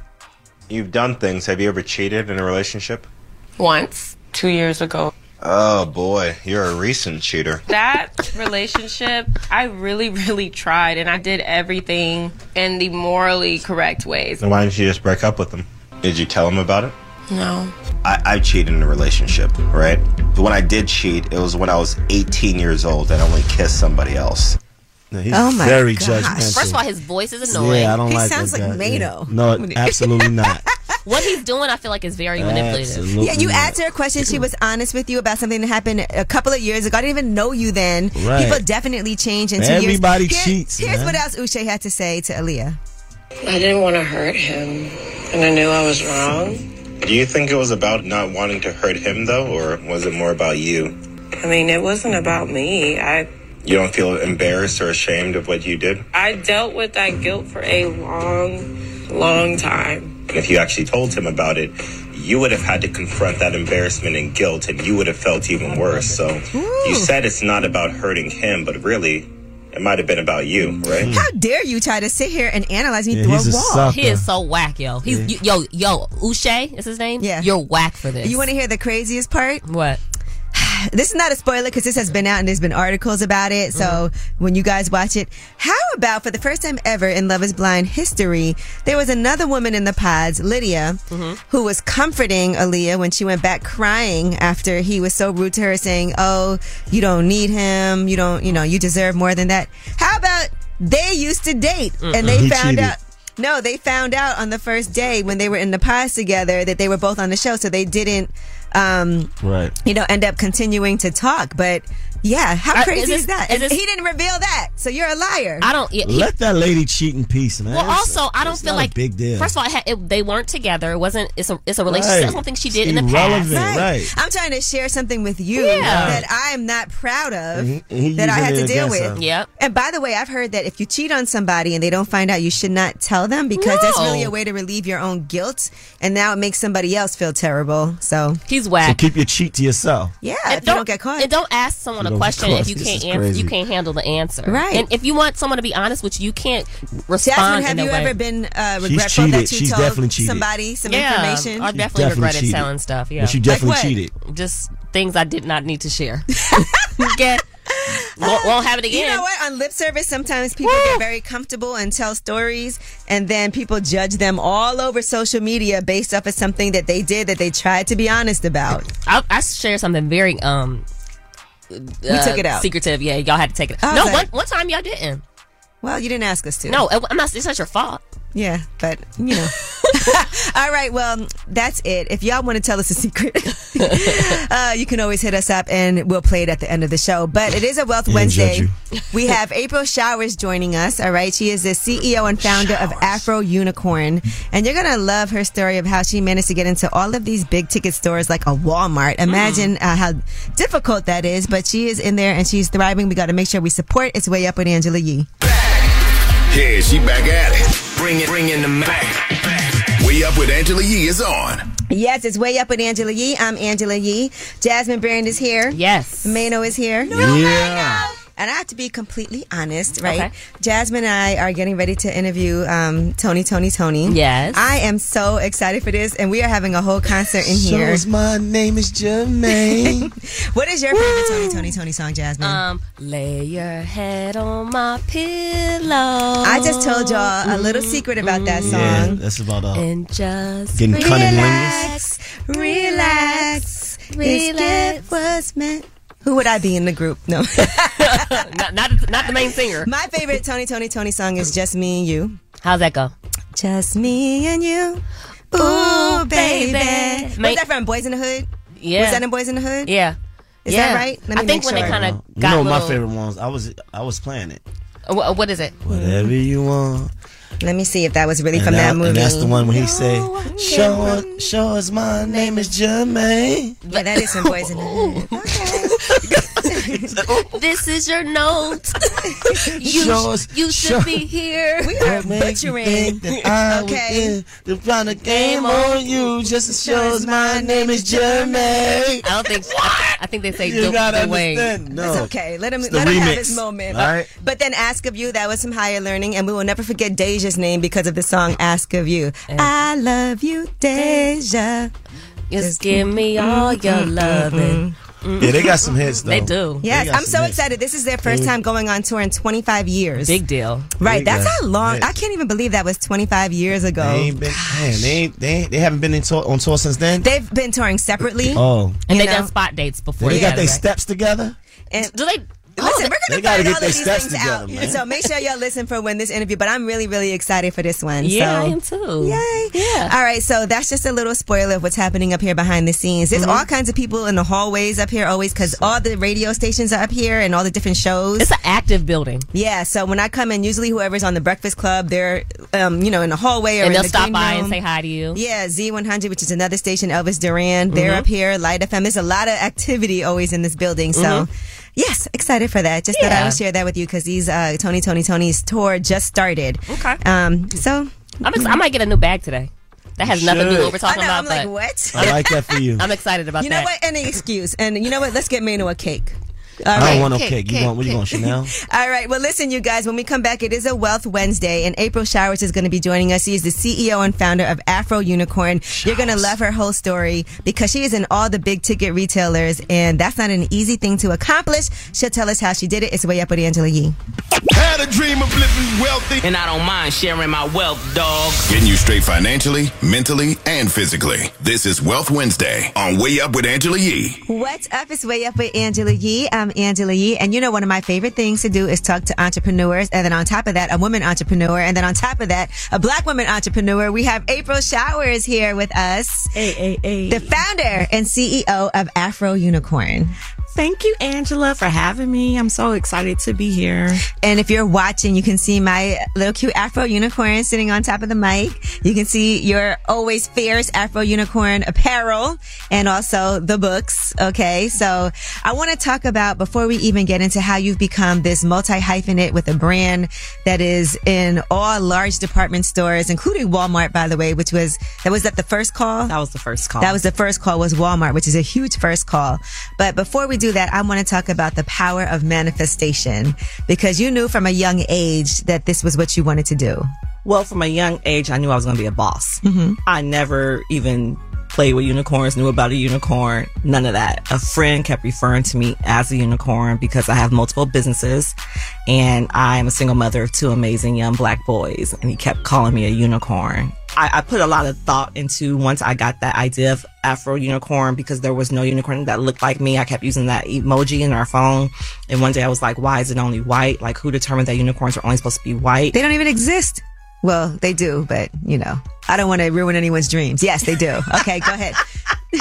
[SPEAKER 5] You've done things. Have you ever cheated in a relationship? Once. Two years ago. Oh boy, you're a recent cheater.
[SPEAKER 8] That relationship, I really, really tried and I did everything in the morally correct ways.
[SPEAKER 5] Then why didn't you just break up with him? Did you tell him about it?
[SPEAKER 8] No.
[SPEAKER 5] I, I cheated in a relationship, right? But when I did cheat, it was when I was 18 years old and I only kissed somebody else.
[SPEAKER 7] he's Oh my very gosh. judgmental.
[SPEAKER 6] First of all, his voice is annoying.
[SPEAKER 7] Yeah, I don't like that guy. Yeah. No, absolutely not.
[SPEAKER 6] what he's doing, I feel like is very manipulative.
[SPEAKER 7] Absolutely
[SPEAKER 1] Yeah, you
[SPEAKER 7] not.
[SPEAKER 1] asked her a question. She was honest with you about something that happened a couple of years ago. I didn't even know you then.
[SPEAKER 5] Right.
[SPEAKER 1] People definitely change in two years.
[SPEAKER 5] Everybody
[SPEAKER 1] Here-
[SPEAKER 5] cheats,
[SPEAKER 1] Here's
[SPEAKER 5] man.
[SPEAKER 1] what else Uche had to say to Aaliyah.
[SPEAKER 13] I didn't want to hurt him, and I knew I was wrong.
[SPEAKER 5] Do you think it was about not wanting to hurt him though, or was it more about you?
[SPEAKER 13] I mean, it wasn't about me. I
[SPEAKER 5] You don't feel embarrassed or ashamed of what you did?
[SPEAKER 13] I dealt with that guilt for a long, long time.
[SPEAKER 5] If you actually told him about it, you would have had to confront that embarrassment and guilt, and you would have felt even worse. So you said it's not about hurting him, but really, it might have been about you, right?
[SPEAKER 1] How dare you try to sit here and analyze me
[SPEAKER 5] Yeah,
[SPEAKER 1] through
[SPEAKER 5] he's
[SPEAKER 1] a
[SPEAKER 5] a
[SPEAKER 1] wall?
[SPEAKER 5] sucker.
[SPEAKER 6] He is so whack, yo. He's you- yo yo Uche is his name. Yeah, you're whack for this.
[SPEAKER 1] You want to hear the craziest part?
[SPEAKER 6] What?
[SPEAKER 1] this is not a spoiler because this has been out and there's been articles about it. So when you guys watch it, how about for the first time ever in Love is Blind history, there was another woman in the pods, Lydia, who was comforting Aaliyah when she went back crying after he was so rude to her, saying, Oh, you don't need him. You don't, you know, you deserve more than that. How about they used to date and they
[SPEAKER 17] He
[SPEAKER 1] found
[SPEAKER 17] cheated.
[SPEAKER 1] out? No, they found out on the first day when they were in the pods together that they were both on the show, so they didn't. Um,
[SPEAKER 7] Right.
[SPEAKER 1] you know, end up continuing to talk. But yeah, how
[SPEAKER 6] I-
[SPEAKER 1] crazy
[SPEAKER 6] is
[SPEAKER 1] is,
[SPEAKER 6] this-
[SPEAKER 1] that?
[SPEAKER 6] is
[SPEAKER 1] And
[SPEAKER 6] this-
[SPEAKER 1] he didn't reveal that, so you're a liar.
[SPEAKER 6] I don't. yeah, he-
[SPEAKER 17] Let that lady cheat in peace, man.
[SPEAKER 6] well,
[SPEAKER 17] It's-
[SPEAKER 6] also, I don't
[SPEAKER 17] it's
[SPEAKER 6] feel
[SPEAKER 17] not a
[SPEAKER 6] like.
[SPEAKER 17] big deal.
[SPEAKER 6] First of all, it had, it, they weren't together. It wasn't. It's a. It's a relationship.
[SPEAKER 17] Right.
[SPEAKER 6] That's something she did
[SPEAKER 17] It's
[SPEAKER 6] in the past.
[SPEAKER 17] irrelevant, right.
[SPEAKER 1] I'm trying to share something with you
[SPEAKER 6] Yeah.
[SPEAKER 1] that I am not proud of
[SPEAKER 17] And he- and he
[SPEAKER 1] that I
[SPEAKER 17] using
[SPEAKER 1] had
[SPEAKER 17] it
[SPEAKER 1] to deal
[SPEAKER 17] against
[SPEAKER 1] with.
[SPEAKER 17] her.
[SPEAKER 6] Yep.
[SPEAKER 1] And by the way, I've heard that if you cheat on somebody and they don't find out, you should not tell them because that's
[SPEAKER 6] No.
[SPEAKER 1] really a way to relieve your own guilt. And now it makes somebody else feel terrible. So
[SPEAKER 6] he's
[SPEAKER 17] So
[SPEAKER 6] whack.
[SPEAKER 17] keep your cheat to yourself.
[SPEAKER 1] yeah,
[SPEAKER 6] It
[SPEAKER 1] if you don't get caught.
[SPEAKER 6] It don't ask someone
[SPEAKER 17] You
[SPEAKER 6] a
[SPEAKER 17] don't get
[SPEAKER 6] question
[SPEAKER 17] caught.
[SPEAKER 6] if you
[SPEAKER 17] This
[SPEAKER 6] can't
[SPEAKER 17] is
[SPEAKER 6] answer. You
[SPEAKER 17] crazy.
[SPEAKER 6] can't handle the answer.
[SPEAKER 1] Right.
[SPEAKER 6] And if you want someone to be honest with you, you can't respond.
[SPEAKER 1] Jasmine, have
[SPEAKER 6] in a
[SPEAKER 1] you
[SPEAKER 6] way.
[SPEAKER 1] ever been uh,
[SPEAKER 17] She's
[SPEAKER 1] regretful
[SPEAKER 17] cheated.
[SPEAKER 1] that you
[SPEAKER 17] She's
[SPEAKER 1] told
[SPEAKER 17] definitely cheated.
[SPEAKER 1] somebody some
[SPEAKER 6] Yeah,
[SPEAKER 1] information?
[SPEAKER 6] I definitely,
[SPEAKER 17] definitely
[SPEAKER 6] regretted
[SPEAKER 17] cheated.
[SPEAKER 6] telling stuf. Yeah,
[SPEAKER 17] But you definitely
[SPEAKER 6] what?
[SPEAKER 17] cheated.
[SPEAKER 6] Just things I did not need to share. Get won't, won't have it
[SPEAKER 1] Oh, You
[SPEAKER 6] again.
[SPEAKER 1] know what? On lip service, sometimes people get very comfortable and tell stories, and then people judge them all over social media based off of something that they did that they tried to be honest about.
[SPEAKER 6] I, I shared something very um. We
[SPEAKER 1] took it out.
[SPEAKER 6] Secretive, yeah. Y'all had to take it.
[SPEAKER 1] I
[SPEAKER 6] out. No,
[SPEAKER 1] was
[SPEAKER 6] one,
[SPEAKER 1] like-
[SPEAKER 6] one time y'all didn't.
[SPEAKER 1] Well, you didn't ask us to.
[SPEAKER 6] No, it- I'm not. It's not your fault.
[SPEAKER 1] Yeah, but you know. All right, well, that's it. If y'all want to tell us a secret, uh, you can always hit us up and we'll play it at the end of the show. But it is a Wealth
[SPEAKER 17] Yeah,
[SPEAKER 1] Wednesday.
[SPEAKER 17] judge
[SPEAKER 1] We have April Showers joining us. All right, she is the CEO and founder of Afro Unicorn, and you're gonna love her story of how she managed to get into all of these big ticket stores like a Walmart. Imagine uh, how difficult that is, but she is in there and she's thriving. We got to make sure we support its way up with Angela Yee.
[SPEAKER 3] Yeah, she back at it. Bring it, bring in the Mac. Way Up with Angela Yee is on.
[SPEAKER 1] Yes, it's way up with Angela Yee. I'm Angela Yee. Jasmine Brand is here.
[SPEAKER 6] Yes.
[SPEAKER 1] Mano is here.
[SPEAKER 17] yeah.
[SPEAKER 1] And I have to be completely honest, right?
[SPEAKER 17] Okay.
[SPEAKER 1] Jasmine and I are getting ready to interview um, Tony, Tony, Tony.
[SPEAKER 6] Yes.
[SPEAKER 1] I am so excited for this, and we are having a whole concert in
[SPEAKER 7] So
[SPEAKER 1] here.
[SPEAKER 7] is my name is Jermaine.
[SPEAKER 1] What is your favorite Tony, Tony, Tony song, Jasmine?
[SPEAKER 6] Um, lay your head on my pillow.
[SPEAKER 1] I just told y'all a little secret about that song.
[SPEAKER 17] Yeah, that's about all.
[SPEAKER 6] And just
[SPEAKER 17] Getting
[SPEAKER 1] relax, relax,
[SPEAKER 6] Relax.
[SPEAKER 1] This gift was meant. Who would I be in the group? No.
[SPEAKER 6] not, not not the main singer.
[SPEAKER 1] My favorite Tony, Tony, Tony song is Just Me and You.
[SPEAKER 6] How's that go?
[SPEAKER 1] Just me and you. Ooh, baby.
[SPEAKER 6] baby.
[SPEAKER 1] Was
[SPEAKER 6] Ma-
[SPEAKER 1] that from Boys in the Hood?
[SPEAKER 6] Yeah.
[SPEAKER 1] Was that in Boys in the Hood?
[SPEAKER 6] Yeah.
[SPEAKER 1] Is
[SPEAKER 6] Yeah.
[SPEAKER 1] that right?
[SPEAKER 6] I think when they kind
[SPEAKER 17] You
[SPEAKER 6] of got
[SPEAKER 17] know
[SPEAKER 6] little,
[SPEAKER 17] my favorite ones. I was I was playing it.
[SPEAKER 6] Uh, wha- what is it?
[SPEAKER 17] Whatever you want.
[SPEAKER 1] Let me see if that was really
[SPEAKER 17] And
[SPEAKER 1] from that,
[SPEAKER 17] I-
[SPEAKER 1] movie.
[SPEAKER 17] And that's the one when he say, "Show us,
[SPEAKER 7] Show us my name is Jermaine.
[SPEAKER 1] Yeah, that is from Boys in the Hood.
[SPEAKER 6] This is your note. you
[SPEAKER 7] Show us-
[SPEAKER 6] you
[SPEAKER 7] show-
[SPEAKER 6] should be here.
[SPEAKER 1] We are
[SPEAKER 7] Make you
[SPEAKER 1] butchering.
[SPEAKER 7] think that I
[SPEAKER 1] Okay.
[SPEAKER 7] okay. to run a game on you just to show us my name is Jermaine.
[SPEAKER 6] I don't think. I, I think they say
[SPEAKER 7] You
[SPEAKER 6] the,
[SPEAKER 7] gotta
[SPEAKER 6] the way.
[SPEAKER 7] understand. No.
[SPEAKER 1] It's okay. Let him
[SPEAKER 7] It's the
[SPEAKER 1] let him have
[SPEAKER 7] remix,
[SPEAKER 1] his moment.
[SPEAKER 7] all right?
[SPEAKER 1] But then Ask of You, that was some higher learning, and we will never forget Deja's name because of the song Ask of You. I love you, Deja. mm-hmm.
[SPEAKER 6] Just give me all your loving.
[SPEAKER 17] Yeah, they got some hits though.
[SPEAKER 6] They do.
[SPEAKER 1] Yes,
[SPEAKER 17] They got
[SPEAKER 1] I'm
[SPEAKER 17] some
[SPEAKER 1] so
[SPEAKER 17] hits.
[SPEAKER 1] excited. This is their first
[SPEAKER 17] They-
[SPEAKER 1] time going on tour in 25 years.
[SPEAKER 6] Big deal.
[SPEAKER 1] Right,
[SPEAKER 17] They
[SPEAKER 1] that's
[SPEAKER 17] got
[SPEAKER 1] how long.
[SPEAKER 17] hits.
[SPEAKER 1] I can't even believe that was 25 years ago.
[SPEAKER 17] They ain't been. Man, they ain't, they ain't, they haven't been in tour, on tour since then.
[SPEAKER 1] They've been touring separately.
[SPEAKER 17] oh,
[SPEAKER 6] And
[SPEAKER 1] You
[SPEAKER 6] they
[SPEAKER 1] know?
[SPEAKER 6] done spot dates before.
[SPEAKER 17] they got their
[SPEAKER 6] together.
[SPEAKER 17] steps together.
[SPEAKER 1] And
[SPEAKER 6] Do they?
[SPEAKER 1] listen, we're gonna
[SPEAKER 17] They gotta
[SPEAKER 1] find
[SPEAKER 17] get
[SPEAKER 1] all of
[SPEAKER 17] their
[SPEAKER 1] these
[SPEAKER 17] steps
[SPEAKER 1] things
[SPEAKER 17] together,
[SPEAKER 1] out.
[SPEAKER 17] man.
[SPEAKER 1] So make sure y'all listen for when this interview. But I'm really, really excited for this one.
[SPEAKER 6] Yeah, I
[SPEAKER 1] so.
[SPEAKER 6] am too.
[SPEAKER 1] Yay.
[SPEAKER 6] Yeah.
[SPEAKER 1] All right, so that's just a little spoiler of what's happening up here behind the scenes.
[SPEAKER 6] Mm-hmm.
[SPEAKER 1] There's all kinds of people in the hallways up here always because all the radio stations are up here and all the different shows.
[SPEAKER 6] It's an active building.
[SPEAKER 1] yeah, so when I come in, usually whoever's on the Breakfast Club, they're, um, you know, in the hallway or
[SPEAKER 6] And
[SPEAKER 1] in
[SPEAKER 6] they'll
[SPEAKER 1] the
[SPEAKER 6] stop
[SPEAKER 1] green
[SPEAKER 6] by and
[SPEAKER 1] room.
[SPEAKER 6] say hi to you. Mm-hmm.
[SPEAKER 1] Yeah, Z100, which is another station, Elvis Duran. They're up here, Light FM. There's a lot of activity always in this building. So, yes, excited for that. Just thought I
[SPEAKER 6] Mm-hmm. Yeah.
[SPEAKER 1] would share that with you because these uh, Tony, Tony, Tony's tour just started. Okay. Um, so,
[SPEAKER 6] I'm ex- I might get a new bag today. That has
[SPEAKER 17] You
[SPEAKER 6] nothing to do with
[SPEAKER 17] should.
[SPEAKER 6] what we're talking
[SPEAKER 1] I know,
[SPEAKER 6] about.
[SPEAKER 1] I'm like, what?
[SPEAKER 6] but
[SPEAKER 17] I like that for you.
[SPEAKER 6] I'm excited about
[SPEAKER 1] you know
[SPEAKER 6] that.
[SPEAKER 1] what? Any excuse. And you know what? Let's get Mano a cake. All
[SPEAKER 17] I
[SPEAKER 1] right.
[SPEAKER 17] don't want no
[SPEAKER 1] Kick,
[SPEAKER 17] cake. You
[SPEAKER 1] kick,
[SPEAKER 17] want what you
[SPEAKER 1] kick.
[SPEAKER 17] want, Chanel?
[SPEAKER 1] All right. Well, listen, you guys, when we come back, it is a Wealth Wednesday, and April Showers is going to be joining us. She is the CEO and founder of Afro Unicorn. You're going to love her whole story because she is in all the big ticket retailers, and that's not an easy thing to accomplish. She'll tell us how she did it. It's way up with Angela Yee.
[SPEAKER 3] Had a dream of living wealthy.
[SPEAKER 2] And I don't mind sharing my wealth, dog.
[SPEAKER 3] Getting you straight financially, mentally, and physically. This is Wealth Wednesday on Way Up with Angela Yee.
[SPEAKER 1] What's up? It's Way Up with Angela Yee. I'm Angela Yee. And you know, one of my favorite things to do is talk to entrepreneurs. And then on top of that, a woman entrepreneur. And then on top of that, a black woman entrepreneur. We have April Showers here with us. Hey, hey, hey. The founder and CEO of Afro Unicorn.
[SPEAKER 16] Thank you, Angela, for having me. I'm so excited to be here.
[SPEAKER 1] And if you're watching, you can see my little cute Afro unicorn sitting on top of the mic. You can see your always fierce Afro unicorn apparel and also the books. Okay. So I want to talk about before we even get into how you've become this multi hyphenate with a brand that is in all large department stores, including Walmart, by the way, which was, that was that the first call?
[SPEAKER 16] That was the first call.
[SPEAKER 1] That was the first call was Walmart, which is a huge first call. But before we do that, I want to talk about the power of manifestation because you knew from a young age that this was what you wanted to do.
[SPEAKER 16] Well, from a young age, I knew I was going to be a boss.
[SPEAKER 1] Mhm.
[SPEAKER 16] I never even played with unicorns, knew about a unicorn, none of that. A friend kept referring to me as a unicorn because I have multiple businesses and I am a single mother of two amazing young black boys. And he kept calling me a unicorn. I, I put a lot of thought into once I got that idea of Afro unicorn because there was no unicorn that looked like me. I kept using that emoji in our phone. And one day I was like, why is it only white? Like, who determined that unicorns are only supposed to be white?
[SPEAKER 1] They don't even exist. Well, they do, but you know, I don't want to ruin anyone's dreams. Yes, they do. Okay, go ahead.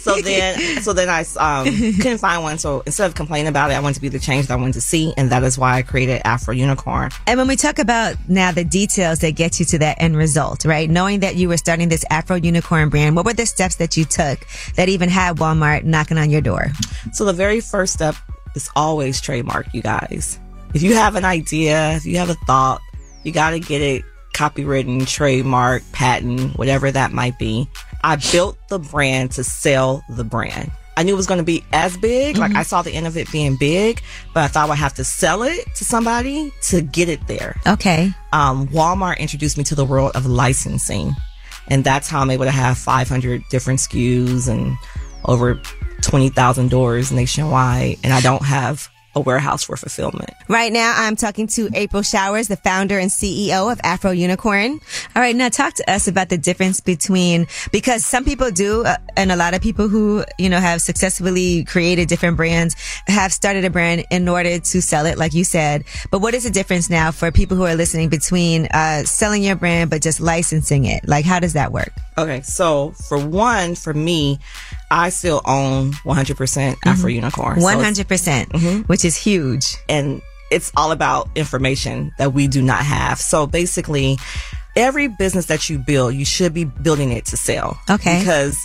[SPEAKER 16] so then, so then I um, couldn't find one. So instead of complaining about it, I wanted to be the change that I wanted to see, and that is why I created Afro Unicorn.
[SPEAKER 1] And when we talk about now the details that get you to that end result, right? Knowing that you were starting this Afro unicorn brand, what were the steps that you took that even had Walmart knocking on your door?
[SPEAKER 16] So the very first step is always trademark, you guys. If you have an idea, if you have a thought, you got to get it copywritten, trademark, patent, whatever that might be. I built the brand to sell the brand. I knew it was going to be as big. Like I saw the end of it being big, but I thought I would have to sell it to somebody to get it there.
[SPEAKER 1] Okay.
[SPEAKER 16] um, Walmart introduced me to the world of licensing. And that's how I'm able to have 500 different SKUs and over 20,000 doors nationwide. And I don't have a warehouse for fulfillment.
[SPEAKER 1] Right now, I'm talking to April Showers, the founder and CEO of Afro Unicorn. All right, now talk to us about the difference between because some people do, uh, and a lot of people who you know have successfully created different brands have started a brand in order to sell it, like you said. But what is the difference now for people who are listening between uh, selling your brand but just licensing it? Like, how does that work?
[SPEAKER 16] Okay, so for one, for me, I still own 100% percent Afro Unicorn. So
[SPEAKER 1] One
[SPEAKER 16] it's- Mm-hmm.
[SPEAKER 1] hundred percent, which is huge.
[SPEAKER 16] And it's all about information that we do not have. So basically, every business that you build, you should be building it to sell.
[SPEAKER 1] Okay.
[SPEAKER 16] Because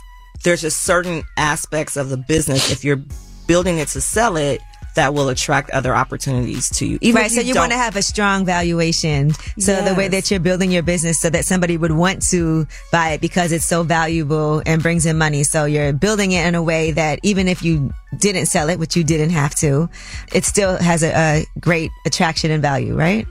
[SPEAKER 16] there's just certain aspects of the business, if you're building it to sell it, that will attract other opportunities to you. Even if
[SPEAKER 1] right, so you
[SPEAKER 16] don't-
[SPEAKER 1] want to have a strong valuation. So the way that you're building your business so that somebody would want to buy it because it's so valuable and brings in money. So you're building it in a way that even if you didn't sell it, which you didn't have to, it still has a, a great attraction and value, right?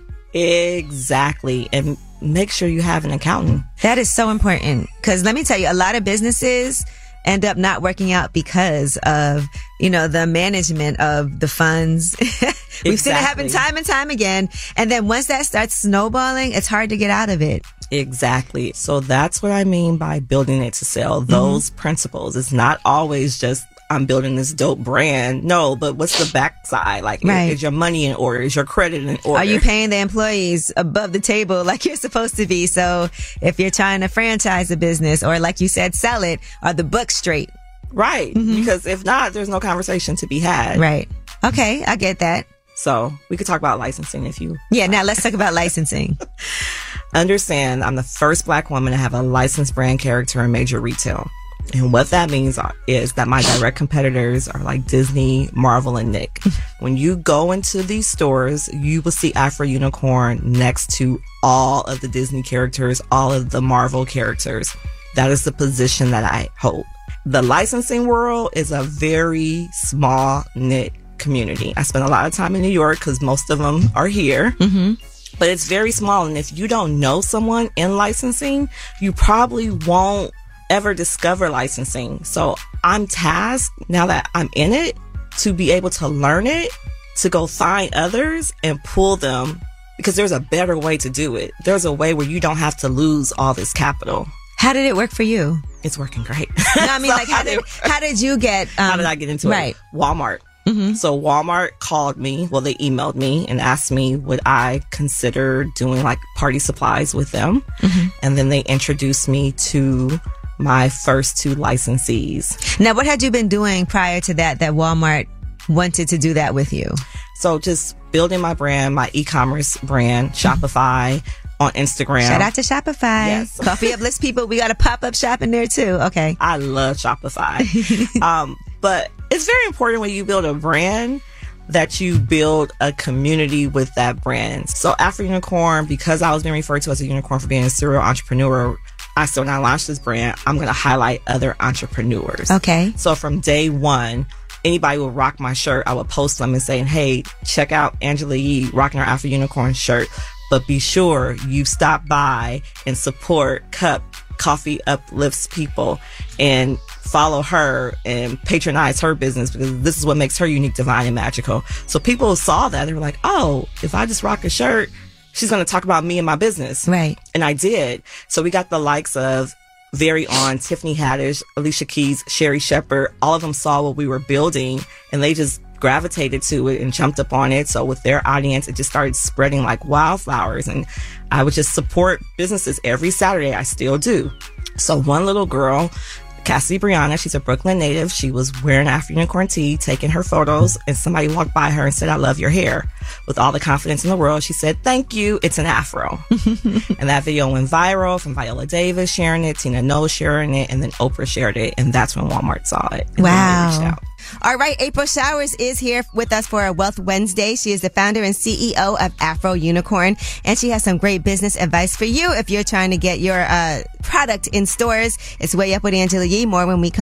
[SPEAKER 16] Exactly. And make sure you have an accountant.
[SPEAKER 1] That is so important because let me tell you, a lot of businesses end up not working out because of you know the management of the funds. We've seen it happen
[SPEAKER 16] Exactly.
[SPEAKER 1] time and time again, and then once that starts snowballing, it's hard to get out of it.
[SPEAKER 16] Exactly. So that's what I mean by building it to sell.
[SPEAKER 1] Mm-hmm.
[SPEAKER 16] Those principles. It's not always just I'm building this dope brand. No, but what's the backside? Like, i-
[SPEAKER 1] Right.
[SPEAKER 16] is, your money in order? Is your credit in order?
[SPEAKER 1] Are you paying the employees above the table like you're supposed to be? So if you're trying to franchise a business or like you said, sell it, are the books straight? Mm-hmm.
[SPEAKER 16] Right. Because if not, Ah, there's no conversation to be had.
[SPEAKER 1] Right. Okay. I get that.
[SPEAKER 16] So we could talk about licensing if you
[SPEAKER 1] Yeah. Now let's talk about licensing.
[SPEAKER 16] understand I'm the first black woman to have a licensed brand character in major retail. And what that means are- is that my direct competitors are like Disney, Marvel, and Nick. When you go into these stores, you will see Afro Unicorn next to all of the Disney characters, all of the Marvel characters. That is the position that I hold. The licensing world is a very small knit community. I spend a lot of time in New York because most of them are here. Mm-hmm. But it's very small, and if you don't know someone in licensing, you probably won't ever discover licensing. So I'm tasked now that I'm in it to be able to learn it, to go find others and pull them because there's a better way to do it. There's a way where you don't have to lose all this capital.
[SPEAKER 1] How did it work for you?
[SPEAKER 16] It's working great.
[SPEAKER 1] No, I mean, like, how did how did you get? Um,
[SPEAKER 16] How did I get into
[SPEAKER 1] right.
[SPEAKER 16] it? Walmart.
[SPEAKER 1] Mm-hmm.
[SPEAKER 16] So Walmart called me. Well, they emailed me and asked me would I consider doing like party supplies with them,
[SPEAKER 1] Mm-hmm.
[SPEAKER 16] and then they introduced me to my first two licensees.
[SPEAKER 1] Now, what had you been doing prior to that that Walmart wanted to do that with you?
[SPEAKER 16] So just building my brand, my e-commerce brand, Shopify on Instagram.
[SPEAKER 1] Mm-hmm. Shout out to Shopify. Coffee Up List people, we got a pop up shop in there too. Okay.
[SPEAKER 16] I love Shopify. um, but it's very important when you build a brand that you build a community with that brand. So after Unicorn, because I was being referred to as a unicorn for being a serial entrepreneur, I still not launched this brand. I'm going to highlight other entrepreneurs.
[SPEAKER 1] Okay.
[SPEAKER 16] So from day one, anybody would rock my shirt. I would post them and saying, Hey, check out Angela Yee rocking her Afro Unicorn shirt. But be sure you stop by and support Cup Coffee Uplifts people and follow her and patronize her business because this is what makes her unique, divine, and magical. So people saw that. They were like, Oh, if I just rock a shirt, she's going to talk about me and my business.
[SPEAKER 1] Right.
[SPEAKER 16] And I did. So we got the likes of very on Tiffany Haddish, Alicia Keys, Sherry Shepard. All of them saw what we were building and they just gravitated to it and jumped up on it. So with their audience, it just started spreading like wildflowers. And I would just support businesses every Saturday. I still do. So one little girl, Cassie Brianna, she's a Brooklyn native. She was wearing an Afro unicorn tee, taking her photos, and somebody walked by her and said, I love your hair. With all the confidence in the world, she said, Thank you. It's an Afro. and that video went viral from Viola Davis sharing it, Tina Knowles sharing it, and then Oprah shared it. And that's when Walmart saw it. and then they reached
[SPEAKER 1] Wow.
[SPEAKER 16] out.
[SPEAKER 1] All right, April Showers is here with us for a Wealth Wednesday. She is the founder and CEO of Afro Unicorn, and she has some great business advice for you if you're trying to get your uh, product in stores. It's way up with Angela Yee. More when we come.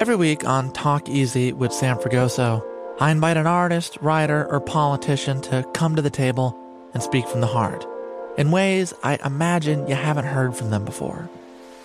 [SPEAKER 14] Every week on Talk Easy with Sam Fragoso, I invite an artist, writer, or politician to come to the table and speak from the heart in ways I imagine you haven't heard from them before.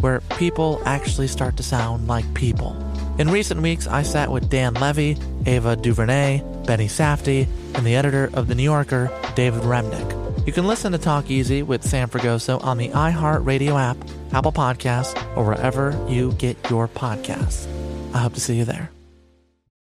[SPEAKER 14] where people actually start to sound like people. In recent weeks, I sat with Dan Levy, Ava DuVernay, Benny Safdie, and the editor of The New Yorker, David Remnick. You can listen to Talk Easy with Sam Fragoso on the iHeartRadio app, Apple Podcasts, or wherever you get your podcasts. I hope to see you there.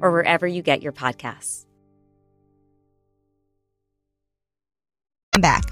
[SPEAKER 21] or wherever you get your podcasts.
[SPEAKER 1] I'm back.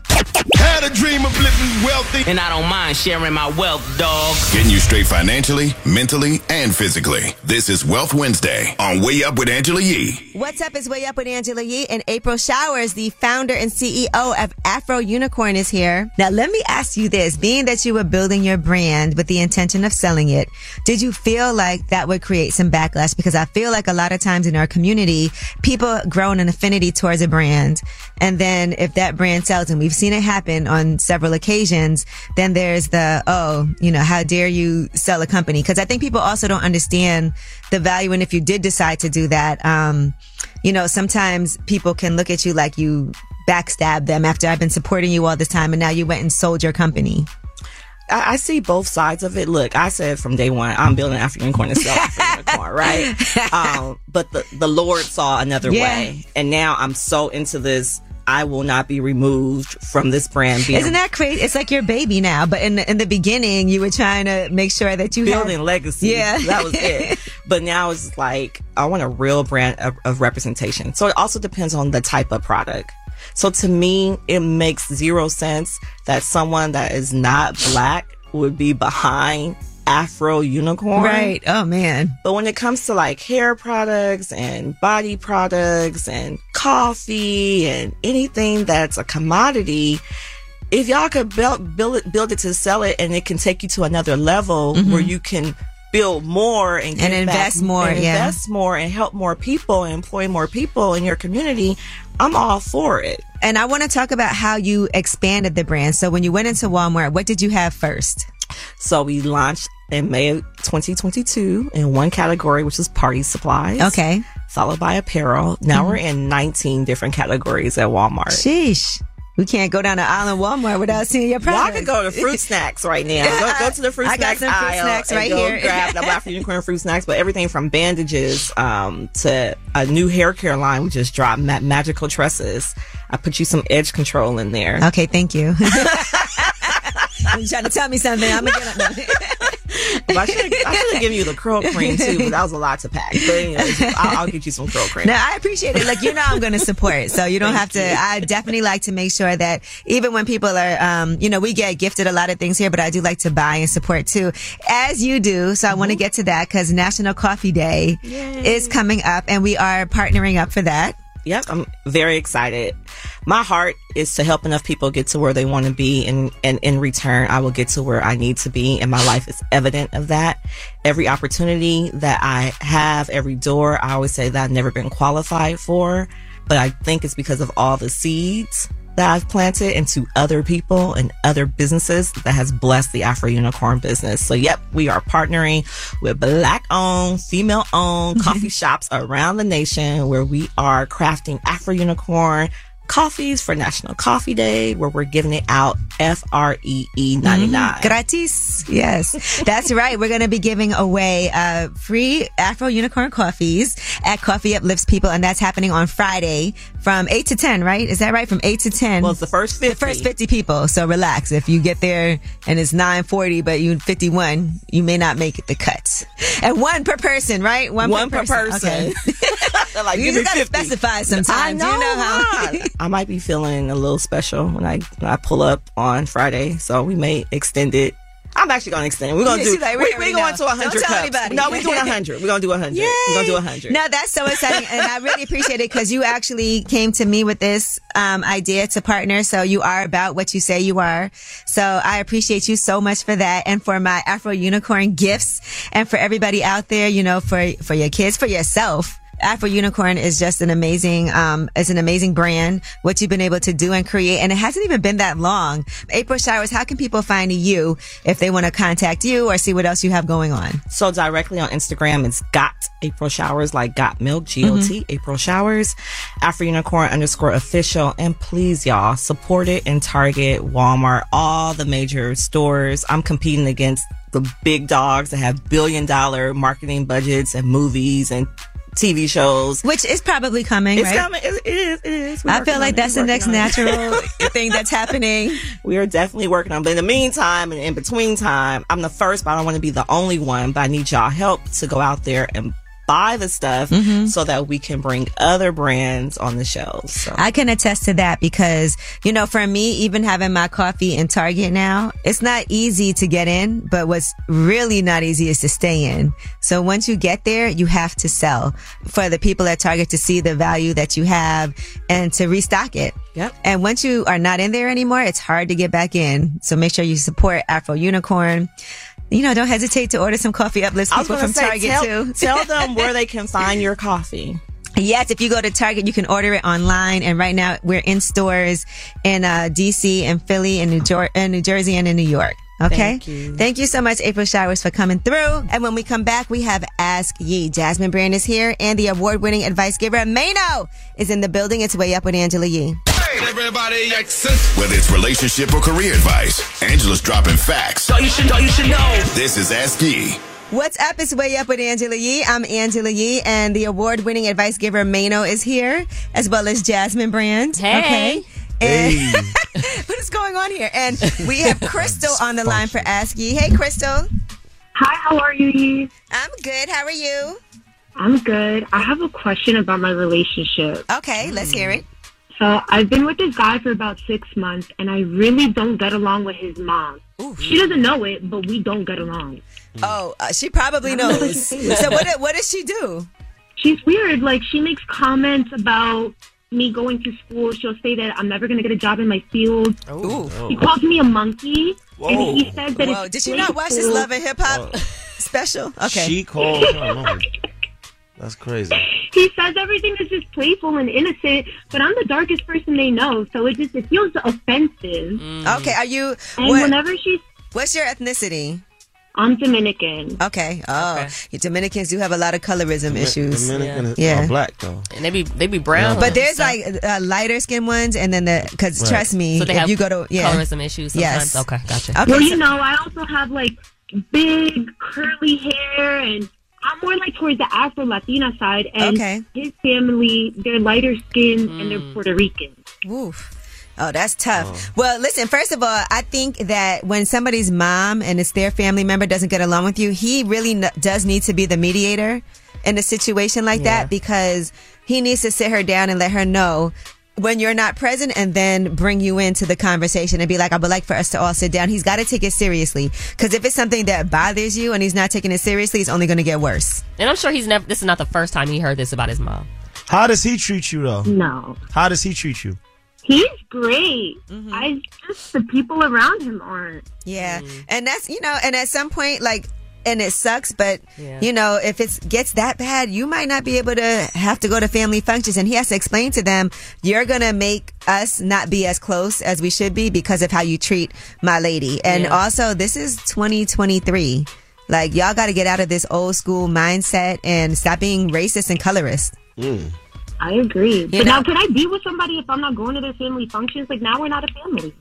[SPEAKER 2] Had a dream of living wealthy. And I don't mind sharing my wealth, dog.
[SPEAKER 3] Getting you straight financially, mentally, and physically. This is Wealth Wednesday on Way Up with Angela Yee.
[SPEAKER 1] What's up is way up with Angela Yee and April Showers, the founder and CEO of Afro Unicorn is here. Now let me ask you this, being that you were building your brand with the intention of selling it, did you feel like that would create some backlash? Because I feel like a lot of times in our community, people grow an affinity towards a brand. And then if that brand sells, and we've seen it happen on several occasions, then there's the, oh, you know, how dare you sell a company? Cause I think people also don't understand the value. And if you did decide to do that, um, you know, sometimes people can look at you like you backstab them after I've been supporting you all this time and now you went and sold your company.
[SPEAKER 16] I, I see both sides of it. Look, I said from day one, I'm building African corn and selling African corn, right? Um, but the, the Lord saw another
[SPEAKER 1] Yeah.
[SPEAKER 16] way. And now I'm so into this. I will not be removed from this brand being
[SPEAKER 1] Isn't that crazy? It's like your baby now, but in the, in the beginning, you were trying to make sure that you had-
[SPEAKER 16] building legacy.
[SPEAKER 1] Yeah,
[SPEAKER 16] that was it. But now it's like I want a real brand of, of representation. So it also depends on the type of product. So to me, it makes zero sense that someone that is not black would be behind Afro Unicorn.
[SPEAKER 1] Right. Oh man.
[SPEAKER 16] But when it comes to like hair products and body products and coffee and anything that's a commodity, if y'all could build build it, build it to sell it and it can take you to another level
[SPEAKER 1] Mhm.
[SPEAKER 16] where you can build more and,
[SPEAKER 1] And
[SPEAKER 16] give back-
[SPEAKER 1] invest more,
[SPEAKER 16] and
[SPEAKER 1] yeah.
[SPEAKER 16] invest more and help more people and employ more people in your community, I'm all for it.
[SPEAKER 1] And I want to talk about how you expanded the brand. So when you went into Walmart, what did you have first?
[SPEAKER 16] So we launched in May of 2022 in one category, which is party supplies.
[SPEAKER 1] Okay.
[SPEAKER 16] Followed by apparel. Now
[SPEAKER 1] Mhm.
[SPEAKER 16] we're in 19 different categories at Walmart.
[SPEAKER 1] Sheesh. We can't go down to Island Walmart without seeing your
[SPEAKER 16] Well,
[SPEAKER 1] products.
[SPEAKER 16] I could go to fruit snacks right now. Go, go to the fruit
[SPEAKER 1] I got
[SPEAKER 16] snacks
[SPEAKER 1] some fruit
[SPEAKER 16] aisle
[SPEAKER 1] snacks
[SPEAKER 16] and
[SPEAKER 1] right
[SPEAKER 16] go
[SPEAKER 1] here.
[SPEAKER 16] grab the black unicorn fruit snacks. But everything from bandages um, to a new hair care line we just dropped, ma- magical tresses. I put you some edge control in there.
[SPEAKER 1] Okay, thank you. Are you trying to tell me something? I'm gonna get up.
[SPEAKER 16] Well, I should have given you the curl cream too, but that was a lot to pack. But anyways, I'll, I'll get you some curl cream.
[SPEAKER 1] No, I appreciate it. Like you know, I'm going to support, so you don't have
[SPEAKER 16] Thank
[SPEAKER 1] to.
[SPEAKER 16] you.
[SPEAKER 1] I definitely like to make sure that even when people are, um, you know, we get gifted a lot of things here, but I do like to buy and support too, as you do. So I want to get to that because National Coffee Day is coming up, and we are partnering up for that.
[SPEAKER 16] Yep, I'm very excited. My heart is to help enough people get to where they want to be, and, and in return, I will get to where I need to be. And my life is evident of that. Every opportunity that I have, every door, I always say that I've never been qualified for, but I think it's because of all the seeds that I've planted into other people and other businesses that has blessed the Afro Unicorn business. So, yep, we are partnering with Black owned, female owned coffee shops around the nation where we are crafting Afro Unicorn coffees for National Coffee Day, where we're giving it out F R E E 99.
[SPEAKER 1] Gratis. Yes, that's right. We're going to be giving away uh, free Afro Unicorn coffees at Coffee Uplifts People, and that's happening on Friday from 8 to 10, right? Is that right? From 8 to 10. Well, it's
[SPEAKER 16] the first 50.
[SPEAKER 1] The first 50 people, so relax. If you get there and it's 940, but you 51, you may not make it the cut. And one per person, right?
[SPEAKER 16] One per person.
[SPEAKER 1] Okay.
[SPEAKER 16] like,
[SPEAKER 1] you
[SPEAKER 16] give
[SPEAKER 1] just
[SPEAKER 16] me
[SPEAKER 1] gotta
[SPEAKER 16] 50.
[SPEAKER 1] specify sometimes.
[SPEAKER 16] I know,
[SPEAKER 1] you know how.
[SPEAKER 16] I might be feeling a little special when I when I pull up on Friday, so we may extend it. I'm actually gonna extend. it. We're gonna
[SPEAKER 1] Yeah,
[SPEAKER 16] do.
[SPEAKER 1] she's like, we
[SPEAKER 16] we,
[SPEAKER 1] already
[SPEAKER 16] we're going
[SPEAKER 1] know.
[SPEAKER 16] to 100
[SPEAKER 1] Don't tell
[SPEAKER 16] cups.
[SPEAKER 1] anybody.
[SPEAKER 16] No, we're doing 100. We're gonna do 100. We're gonna do 100.
[SPEAKER 1] No, that's so exciting. and I really appreciate it because you actually came to me with this um, idea to partner. So you are about what you say you are. So I appreciate you so much for that and for my Afro Unicorn gifts and for everybody out there, you know, for, for your kids, for yourself. Afro Unicorn is just an amazing, um, it's an amazing brand, what you've been able to do and create. And it hasn't even been that long. April Showers, how can people find you if they want to contact you or see what else you have going on?
[SPEAKER 16] So directly on Instagram, it's got April Showers, like got milk, G O T,
[SPEAKER 1] Mm-hmm.
[SPEAKER 16] April Showers, Afro Unicorn underscore official. And please, y'all, support it in Target, Walmart, all the major stores. I'm competing against the big dogs that have billion dollar marketing budgets and movies and TV shows.
[SPEAKER 1] Which is probably coming.
[SPEAKER 16] It's
[SPEAKER 1] right?
[SPEAKER 16] coming. It, it is. It is. We're
[SPEAKER 1] I
[SPEAKER 16] working
[SPEAKER 1] feel
[SPEAKER 16] on
[SPEAKER 1] like
[SPEAKER 16] it.
[SPEAKER 1] that's the
[SPEAKER 16] We're
[SPEAKER 1] next
[SPEAKER 16] working on it.
[SPEAKER 1] natural thing that's happening.
[SPEAKER 16] We are definitely working on. But in the meantime, and in between time, I'm the first, but I don't want to be the only one. But I need y'all help to go out there and buy the stuff
[SPEAKER 1] Mm-hmm.
[SPEAKER 16] so that we can bring other brands on the shelves. So.
[SPEAKER 1] I can attest to that because, you know, for me, even having my coffee in Target now, it's not easy to get in, but what's really not easy is to stay in. So once you get there, you have to sell for the people at Target to see the value that you have and to restock it.
[SPEAKER 16] Yep.
[SPEAKER 1] And once you are not in there anymore, it's hard to get back in. So make sure you support Afro Unicorn. You know, don't hesitate to order some coffee uplifts
[SPEAKER 16] I was
[SPEAKER 1] people
[SPEAKER 16] going to
[SPEAKER 1] from
[SPEAKER 16] say,
[SPEAKER 1] Target
[SPEAKER 16] tell,
[SPEAKER 1] too.
[SPEAKER 16] tell them where they can find your coffee.
[SPEAKER 1] Yes, if you go to Target, you can order it online. And right now, we're in stores in uh, DC and Philly and New, Jer- and New Jersey and in New York. Okay.
[SPEAKER 22] Thank you.
[SPEAKER 1] Thank you so much, April Showers, for coming through. And when we come back, we have Ask Ye. Jasmine Brand is here, and the award winning advice giver, Mano, is in the building. It's way up with Angela Yee.
[SPEAKER 3] Everybody exes. Whether it's relationship or career advice, Angela's dropping facts.
[SPEAKER 1] So you should know, you should know.
[SPEAKER 3] This is Ask Ye.
[SPEAKER 1] What's up? It's Way Up with Angela Yee. I'm Angela Yee, and the award winning advice giver, Mano, is here, as well as Jasmine Brand.
[SPEAKER 21] Hey.
[SPEAKER 1] And what is going on here? And we have Crystal on the line for Ask Ye. Hey, Crystal.
[SPEAKER 23] Hi, how are you? Yee?
[SPEAKER 1] I'm good. How are you?
[SPEAKER 23] I'm good. I have a question about my relationship.
[SPEAKER 1] Okay, let's hear it.
[SPEAKER 23] So I've been with this guy for about six months, and I really don't get along with his mom. She doesn't know it, but we don't get along.
[SPEAKER 1] Oh, uh, she probably
[SPEAKER 23] I don't know if I
[SPEAKER 1] knows.
[SPEAKER 23] can say that.
[SPEAKER 1] So what? What does she do?
[SPEAKER 23] She's weird. Like she makes comments about me going to school. She'll say that I'm never going to get a job in my field. He calls me a monkey, and
[SPEAKER 1] Whoa.
[SPEAKER 23] he says that.
[SPEAKER 1] Whoa,
[SPEAKER 23] It's
[SPEAKER 1] did you not watch this
[SPEAKER 23] playful.
[SPEAKER 1] Love and Hip Hop special? Okay.
[SPEAKER 25] She called her mama. That's crazy.
[SPEAKER 23] He says everything is just playful and innocent, but I'm the darkest person they know, so it just it feels offensive.
[SPEAKER 1] Okay, are you?
[SPEAKER 23] And whenever she's,
[SPEAKER 1] what's your ethnicity?
[SPEAKER 23] I'm Dominican.
[SPEAKER 1] Okay. Oh, you Dominicans do have a lot of colorism issues.
[SPEAKER 25] Dominican is-
[SPEAKER 1] yeah.
[SPEAKER 25] are black though.
[SPEAKER 8] And they be they be brown.
[SPEAKER 1] But there's like uh, lighter skin ones, and then the because
[SPEAKER 25] Right.
[SPEAKER 1] trust me,
[SPEAKER 6] So they
[SPEAKER 1] if
[SPEAKER 6] have
[SPEAKER 1] you go to yeah.
[SPEAKER 6] colorism issues
[SPEAKER 1] Yes.
[SPEAKER 6] sometimes? Okay, gotcha.
[SPEAKER 1] Okay,
[SPEAKER 23] well, you
[SPEAKER 1] so-
[SPEAKER 23] know, I also have like big curly hair, and I'm more like towards the Afro Latina side. And
[SPEAKER 1] Okay.
[SPEAKER 23] his family, they're lighter skinned and
[SPEAKER 1] Mm.
[SPEAKER 23] they're Puerto Rican.
[SPEAKER 1] Woof. Oh, that's tough. Well, listen, first of all, I think that when somebody's mom and it's their family member doesn't get along with you, he really n- does need to be the mediator in a situation like that because he needs to sit her down and let her know when you're not present and then bring you into the conversation and be like, I would like for us to all sit down. He's got to take it seriously because if it's something that bothers you and he's not taking it seriously, it's only going to get worse.
[SPEAKER 6] Oh. And I'm sure he's never. This is not the first time he heard this about his mom.
[SPEAKER 25] How does he treat you though?
[SPEAKER 23] No.
[SPEAKER 25] How does he treat you?
[SPEAKER 23] He's great. I just the people around him aren't.
[SPEAKER 1] Yeah. And that's, you know, and at some point, like, and it sucks, but you know, if it gets that bad, you might not be able to have to go to family functions. And he has to explain to them, you're going to make us not be as close as we should be because of how you treat my lady. And
[SPEAKER 21] Yeah.
[SPEAKER 1] also, this is 2023. Like, y'all got to get out of this old school mindset and stop being racist and colorist.
[SPEAKER 23] I agree.
[SPEAKER 1] You
[SPEAKER 23] but
[SPEAKER 1] know-
[SPEAKER 23] now, can I be with somebody if I'm not going to their family functions? Like now, we're not a family.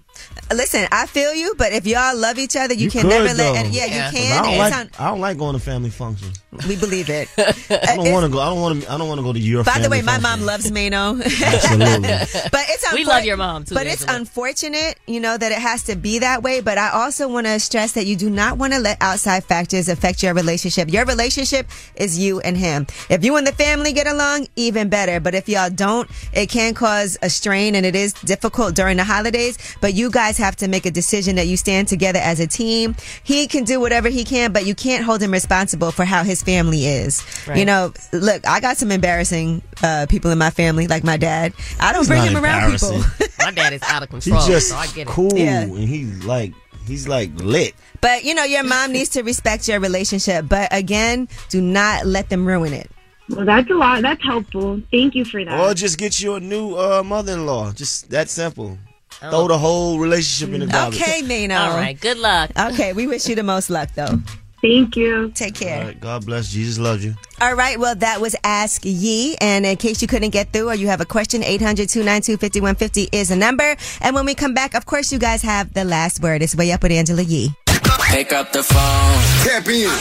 [SPEAKER 1] Listen, I feel you, but if y'all love each other, you, can
[SPEAKER 25] could,
[SPEAKER 1] never let.
[SPEAKER 25] though.
[SPEAKER 1] And, yeah, you
[SPEAKER 25] I
[SPEAKER 1] can.
[SPEAKER 25] don't,
[SPEAKER 1] It's
[SPEAKER 25] like,
[SPEAKER 1] on-
[SPEAKER 25] I don't like going to family functions.
[SPEAKER 1] we believe it.
[SPEAKER 25] I don't want to go. I don't want to. I don't want to go to your.
[SPEAKER 1] By the
[SPEAKER 25] family
[SPEAKER 1] way, my
[SPEAKER 25] function.
[SPEAKER 1] mom loves Mano. but
[SPEAKER 25] Absolutely.
[SPEAKER 1] it's
[SPEAKER 6] We
[SPEAKER 1] unfor-
[SPEAKER 6] love your mom, too,
[SPEAKER 1] But it's
[SPEAKER 6] Angela.
[SPEAKER 1] unfortunate, you know, that it has to be that way. But I also want to stress that you do not want to let outside factors affect your relationship. Your relationship is you and him. If you and the family get along, even better. But if y'all don't, it can cause a strain, and it is difficult during the holidays. But you guys have to make a decision that you stand together as a team. He can do whatever he can, but you can't hold him responsible for how his family is. You
[SPEAKER 21] Right.
[SPEAKER 1] know know, look, I got some embarrassing uh, people in my family, like my dad. I don't
[SPEAKER 25] It's
[SPEAKER 1] bring
[SPEAKER 25] not
[SPEAKER 1] him around people.
[SPEAKER 25] embarrassing.
[SPEAKER 6] My dad is out of
[SPEAKER 25] He's
[SPEAKER 6] control,
[SPEAKER 25] just
[SPEAKER 6] so I get it.
[SPEAKER 25] cool,
[SPEAKER 1] Yeah.
[SPEAKER 25] and he's like, he's like lit.
[SPEAKER 1] But you know, your mom needs to respect your relationship. But again, do not let them ruin it.
[SPEAKER 23] Well, that's a lot. That's helpful. Thank you for that.
[SPEAKER 25] Or just get you a new uh, mother-in-law. Just that simple. Throw the whole relationship in the garbage.
[SPEAKER 1] Oh. Mm, Okay, Mano.
[SPEAKER 25] All right,
[SPEAKER 6] Good luck.
[SPEAKER 1] Okay, we wish you the most luck, though.
[SPEAKER 23] Thank you.
[SPEAKER 1] Take
[SPEAKER 25] All
[SPEAKER 1] care.
[SPEAKER 25] right, God bless. Jesus loves you.
[SPEAKER 1] All right, well, that was Ask Ye. And in case you couldn't get through or you have a question, 800 292 5150 is the number. And when we come back, of course, you guys have the last word. It's Way Up with Angela Yee.
[SPEAKER 2] Pick up the phone.
[SPEAKER 3] Tap in.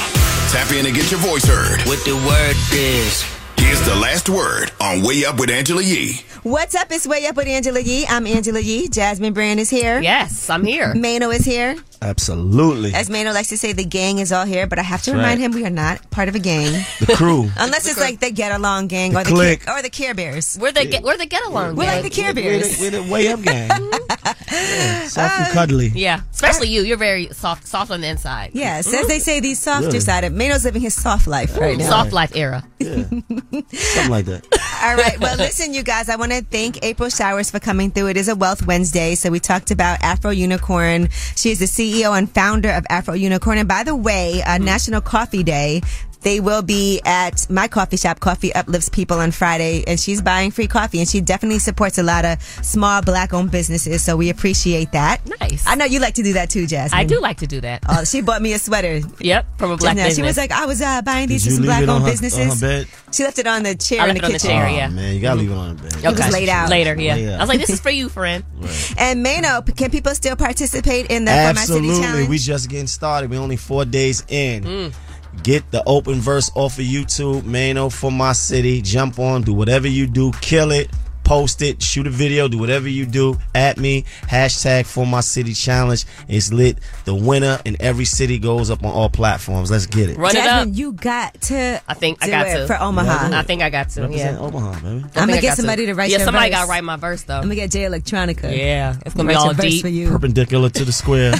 [SPEAKER 3] Tap in and get your voice heard.
[SPEAKER 2] What the word is.
[SPEAKER 3] Here's the last word on Way Up with Angela Yee.
[SPEAKER 1] What's up? It's Way Up with Angela Yee. I'm Angela Yee. Jasmine Brand is here. Yes, I'm here. Mano is here.
[SPEAKER 7] Absolutely.
[SPEAKER 1] As Mano likes to say, the gang is all here, but I have to
[SPEAKER 7] That's
[SPEAKER 1] remind
[SPEAKER 7] right.
[SPEAKER 1] him we are not part of a gang.
[SPEAKER 7] The crew.
[SPEAKER 1] Unless it's like the Get Along gang
[SPEAKER 7] The
[SPEAKER 1] or the
[SPEAKER 7] clique.
[SPEAKER 1] Care- or the Care Bears. We're the we're the Get Along. We're like the Care Bears.
[SPEAKER 7] We're the, we're the way up gang. Yeah, Soft and cuddly.
[SPEAKER 1] Uh, Yeah,
[SPEAKER 6] Especially you. You're very soft, soft on the inside. Mm-hmm.
[SPEAKER 1] Yes, as they say, the softer
[SPEAKER 7] Mm-hmm. Yeah.
[SPEAKER 1] side of Mano's living his soft life right now.
[SPEAKER 6] Soft life era.
[SPEAKER 7] Something like that.
[SPEAKER 1] All right. Well, listen, you guys, I want to thank April Showers for coming through. It is a Wealth Wednesday. So we talked about Afro Unicorn. She is the CEO and founder of Afro Unicorn. And by the way,
[SPEAKER 6] Mm-hmm.
[SPEAKER 1] uh, National Coffee Day. They will be at my coffee shop, Coffee Uplifts People, on Friday, and she's buying free coffee, and she definitely supports a lot of small black-owned businesses, so we appreciate that. Nice. I know you like to do that too, Jasmine.
[SPEAKER 6] I do like to do that.
[SPEAKER 1] Oh, she bought me a sweater.
[SPEAKER 6] Yep, from a
[SPEAKER 1] Just
[SPEAKER 6] black
[SPEAKER 1] now. She was
[SPEAKER 6] business.
[SPEAKER 1] like, I was uh, buying these
[SPEAKER 7] Did
[SPEAKER 1] for
[SPEAKER 7] you
[SPEAKER 1] some
[SPEAKER 7] leave
[SPEAKER 1] black
[SPEAKER 7] it on
[SPEAKER 1] owned
[SPEAKER 7] her-
[SPEAKER 1] businesses.
[SPEAKER 7] on her bed? Oh,
[SPEAKER 1] She left it on the chair in
[SPEAKER 6] I left
[SPEAKER 1] the
[SPEAKER 6] it on the
[SPEAKER 1] kitchen.
[SPEAKER 6] chair, yeah.
[SPEAKER 7] Man, you gotta leave it on the bed.
[SPEAKER 1] It was Okay. laid out.
[SPEAKER 6] Later, yeah.
[SPEAKER 7] Laid out.
[SPEAKER 6] I was like, this is for you, friend.
[SPEAKER 1] And Mano, p- can people still participate in the Format City
[SPEAKER 7] Absolutely. Mm.
[SPEAKER 1] Challenge?
[SPEAKER 7] We just getting started. We only four days in.
[SPEAKER 1] Mm.
[SPEAKER 7] Get the open verse off of YouTube, Mano for my city. Jump on, do whatever you do, kill it, post it, shoot a video, do whatever you do. At me, hashtag for my city challenge. It's lit. The winner in every city goes up on all platforms. Let's get it.
[SPEAKER 1] Jasmine, You got to.
[SPEAKER 6] I think I
[SPEAKER 1] do
[SPEAKER 6] got
[SPEAKER 1] it
[SPEAKER 6] to
[SPEAKER 1] for Omaha.
[SPEAKER 6] I think I got to.
[SPEAKER 7] Represent
[SPEAKER 6] Yeah.
[SPEAKER 7] Omaha, baby.
[SPEAKER 6] I
[SPEAKER 1] I'm
[SPEAKER 6] think
[SPEAKER 1] gonna
[SPEAKER 6] I
[SPEAKER 1] get
[SPEAKER 6] got
[SPEAKER 1] somebody to, write
[SPEAKER 6] Yeah,
[SPEAKER 1] your
[SPEAKER 6] somebody
[SPEAKER 1] verse.
[SPEAKER 6] got to write my verse though.
[SPEAKER 1] I'm gonna get Jay Electronica.
[SPEAKER 6] Yeah, it's gonna be
[SPEAKER 1] Write
[SPEAKER 6] all
[SPEAKER 1] your verse
[SPEAKER 6] deep.
[SPEAKER 1] for you.
[SPEAKER 7] Perpendicular to the square.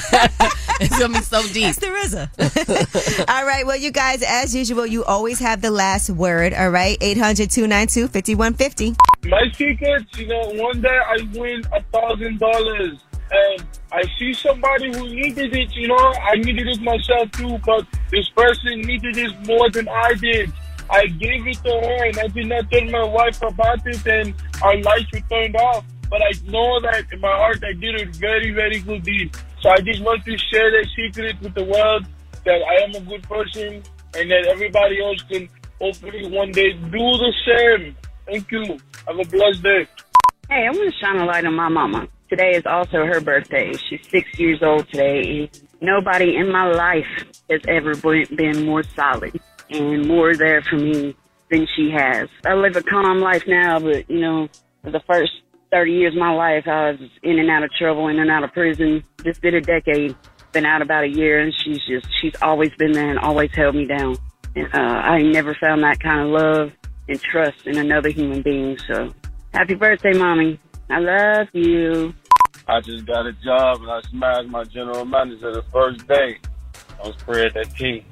[SPEAKER 6] it's gonna be so deep. It's
[SPEAKER 1] the RZA. all right. Well, you guys, as usual, you always have the last word. All right. 800 292 5150.
[SPEAKER 22] My secrets, you know, one day I win a thousand dollars and I see somebody who needed it, you know, I needed it myself too, but this person needed it more than I did. I gave it to her and I did not tell my wife about it and our lights were turned off. But I know that in my heart I did a very, very good deed. So I just want to share that secret with the world that I am a good person and that everybody else can hopefully one day do the same. Thank you. Have a blessed day.
[SPEAKER 26] Hey, I'm going to shine a light on my mama. Today is also her birthday. She's six years old today. Nobody in my life has ever been been more solid and more there for me than she has. I live a calm life now, but you know, for the first 30 years of my life, I was in and out of trouble, in and out of prison. Just did a decade, been out about a year, and she's just, she's always been there and always held me down. And, uh, I never found that kind of love and trust in another human being, so Happy birthday, mommy. I love you.
[SPEAKER 22] I just got a job and I smashed my general manager the first day. I was spread that king.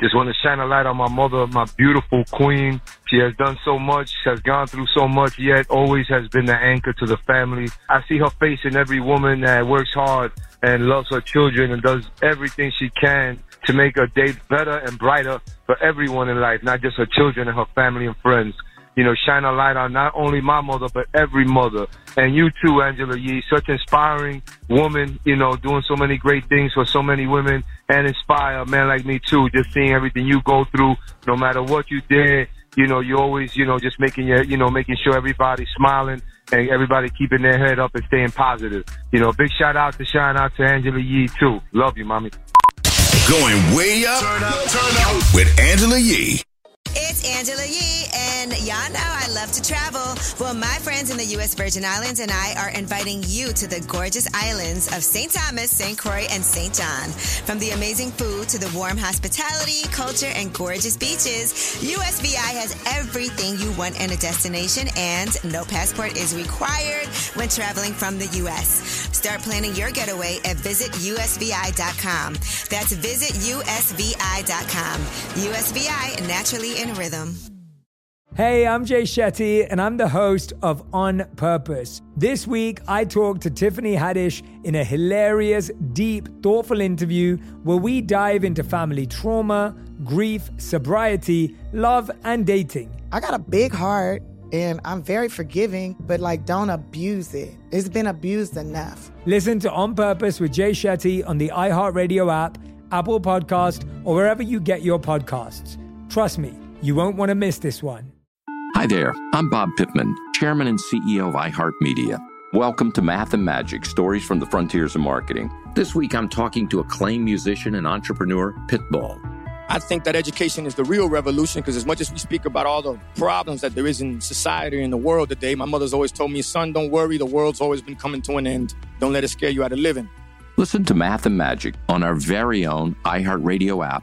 [SPEAKER 19] Just want to shine a light on my mother, my beautiful queen. She has done so much, has gone through so much, yet always has been the anchor to the family. I see her face in every woman that works hard and loves her children and does everything she can to make her day better and brighter for everyone in life, not just her children and her family and friends. You know, shine a light on not only my mother, but every mother. And you too, Angela Yee, such inspiring woman, you know, doing so many great things for so many women and inspire a man like me too, just seeing everything you go through, no matter what you did, you know, you always, you know, just making your, you know, making sure everybody's smiling and everybody keeping their head up and staying positive. You know, big shout out to Shine Out to Angela Yee too. Love you, mommy.
[SPEAKER 3] Going way up, with Angela Yee.
[SPEAKER 1] It's Angela Yee, and y'all know I love to travel. Well, my friends in the U.S. Virgin Islands and I are inviting you to the gorgeous islands of St. Thomas, St. Croix, and St. John. From the amazing food to the warm hospitality, culture, and gorgeous beaches, USVI has everything you want in a destination, and no passport is required when traveling from the U.S. Start planning your getaway at visitusvi.com. That's visitusvi.com. USVI, naturally in rhythm.
[SPEAKER 2] Hey, I'm Jay Shetty, and I'm the host of On Purpose. This week, I talked to Tiffany Haddish in a hilarious, deep, thoughtful interview where we dive into family trauma, grief, sobriety, love, and dating.
[SPEAKER 24] I got a big heart and I'm very forgiving, but like don't abuse it. It's been abused enough.
[SPEAKER 2] Listen to On Purpose with Jay Shetty on the iHeartRadio app, Apple Podcast, or wherever you get your podcasts. Trust me, you won't want to miss this one.
[SPEAKER 27] Hi there, I'm Bob Pittman, Chairman and CEO of iHeartMedia. Welcome to Math and Magic Stories from the Frontiers of Marketing. This week, I'm talking to acclaimed musician and entrepreneur Pitbull.
[SPEAKER 28] I think that education is the real revolution because as much as we speak about all the problems that there is in society and the world today, my mother's always told me, son, don't worry, the world's always been coming to an end. Don't let it scare you out of living.
[SPEAKER 27] Listen to Math and Magic on our very own iHeartRadio app,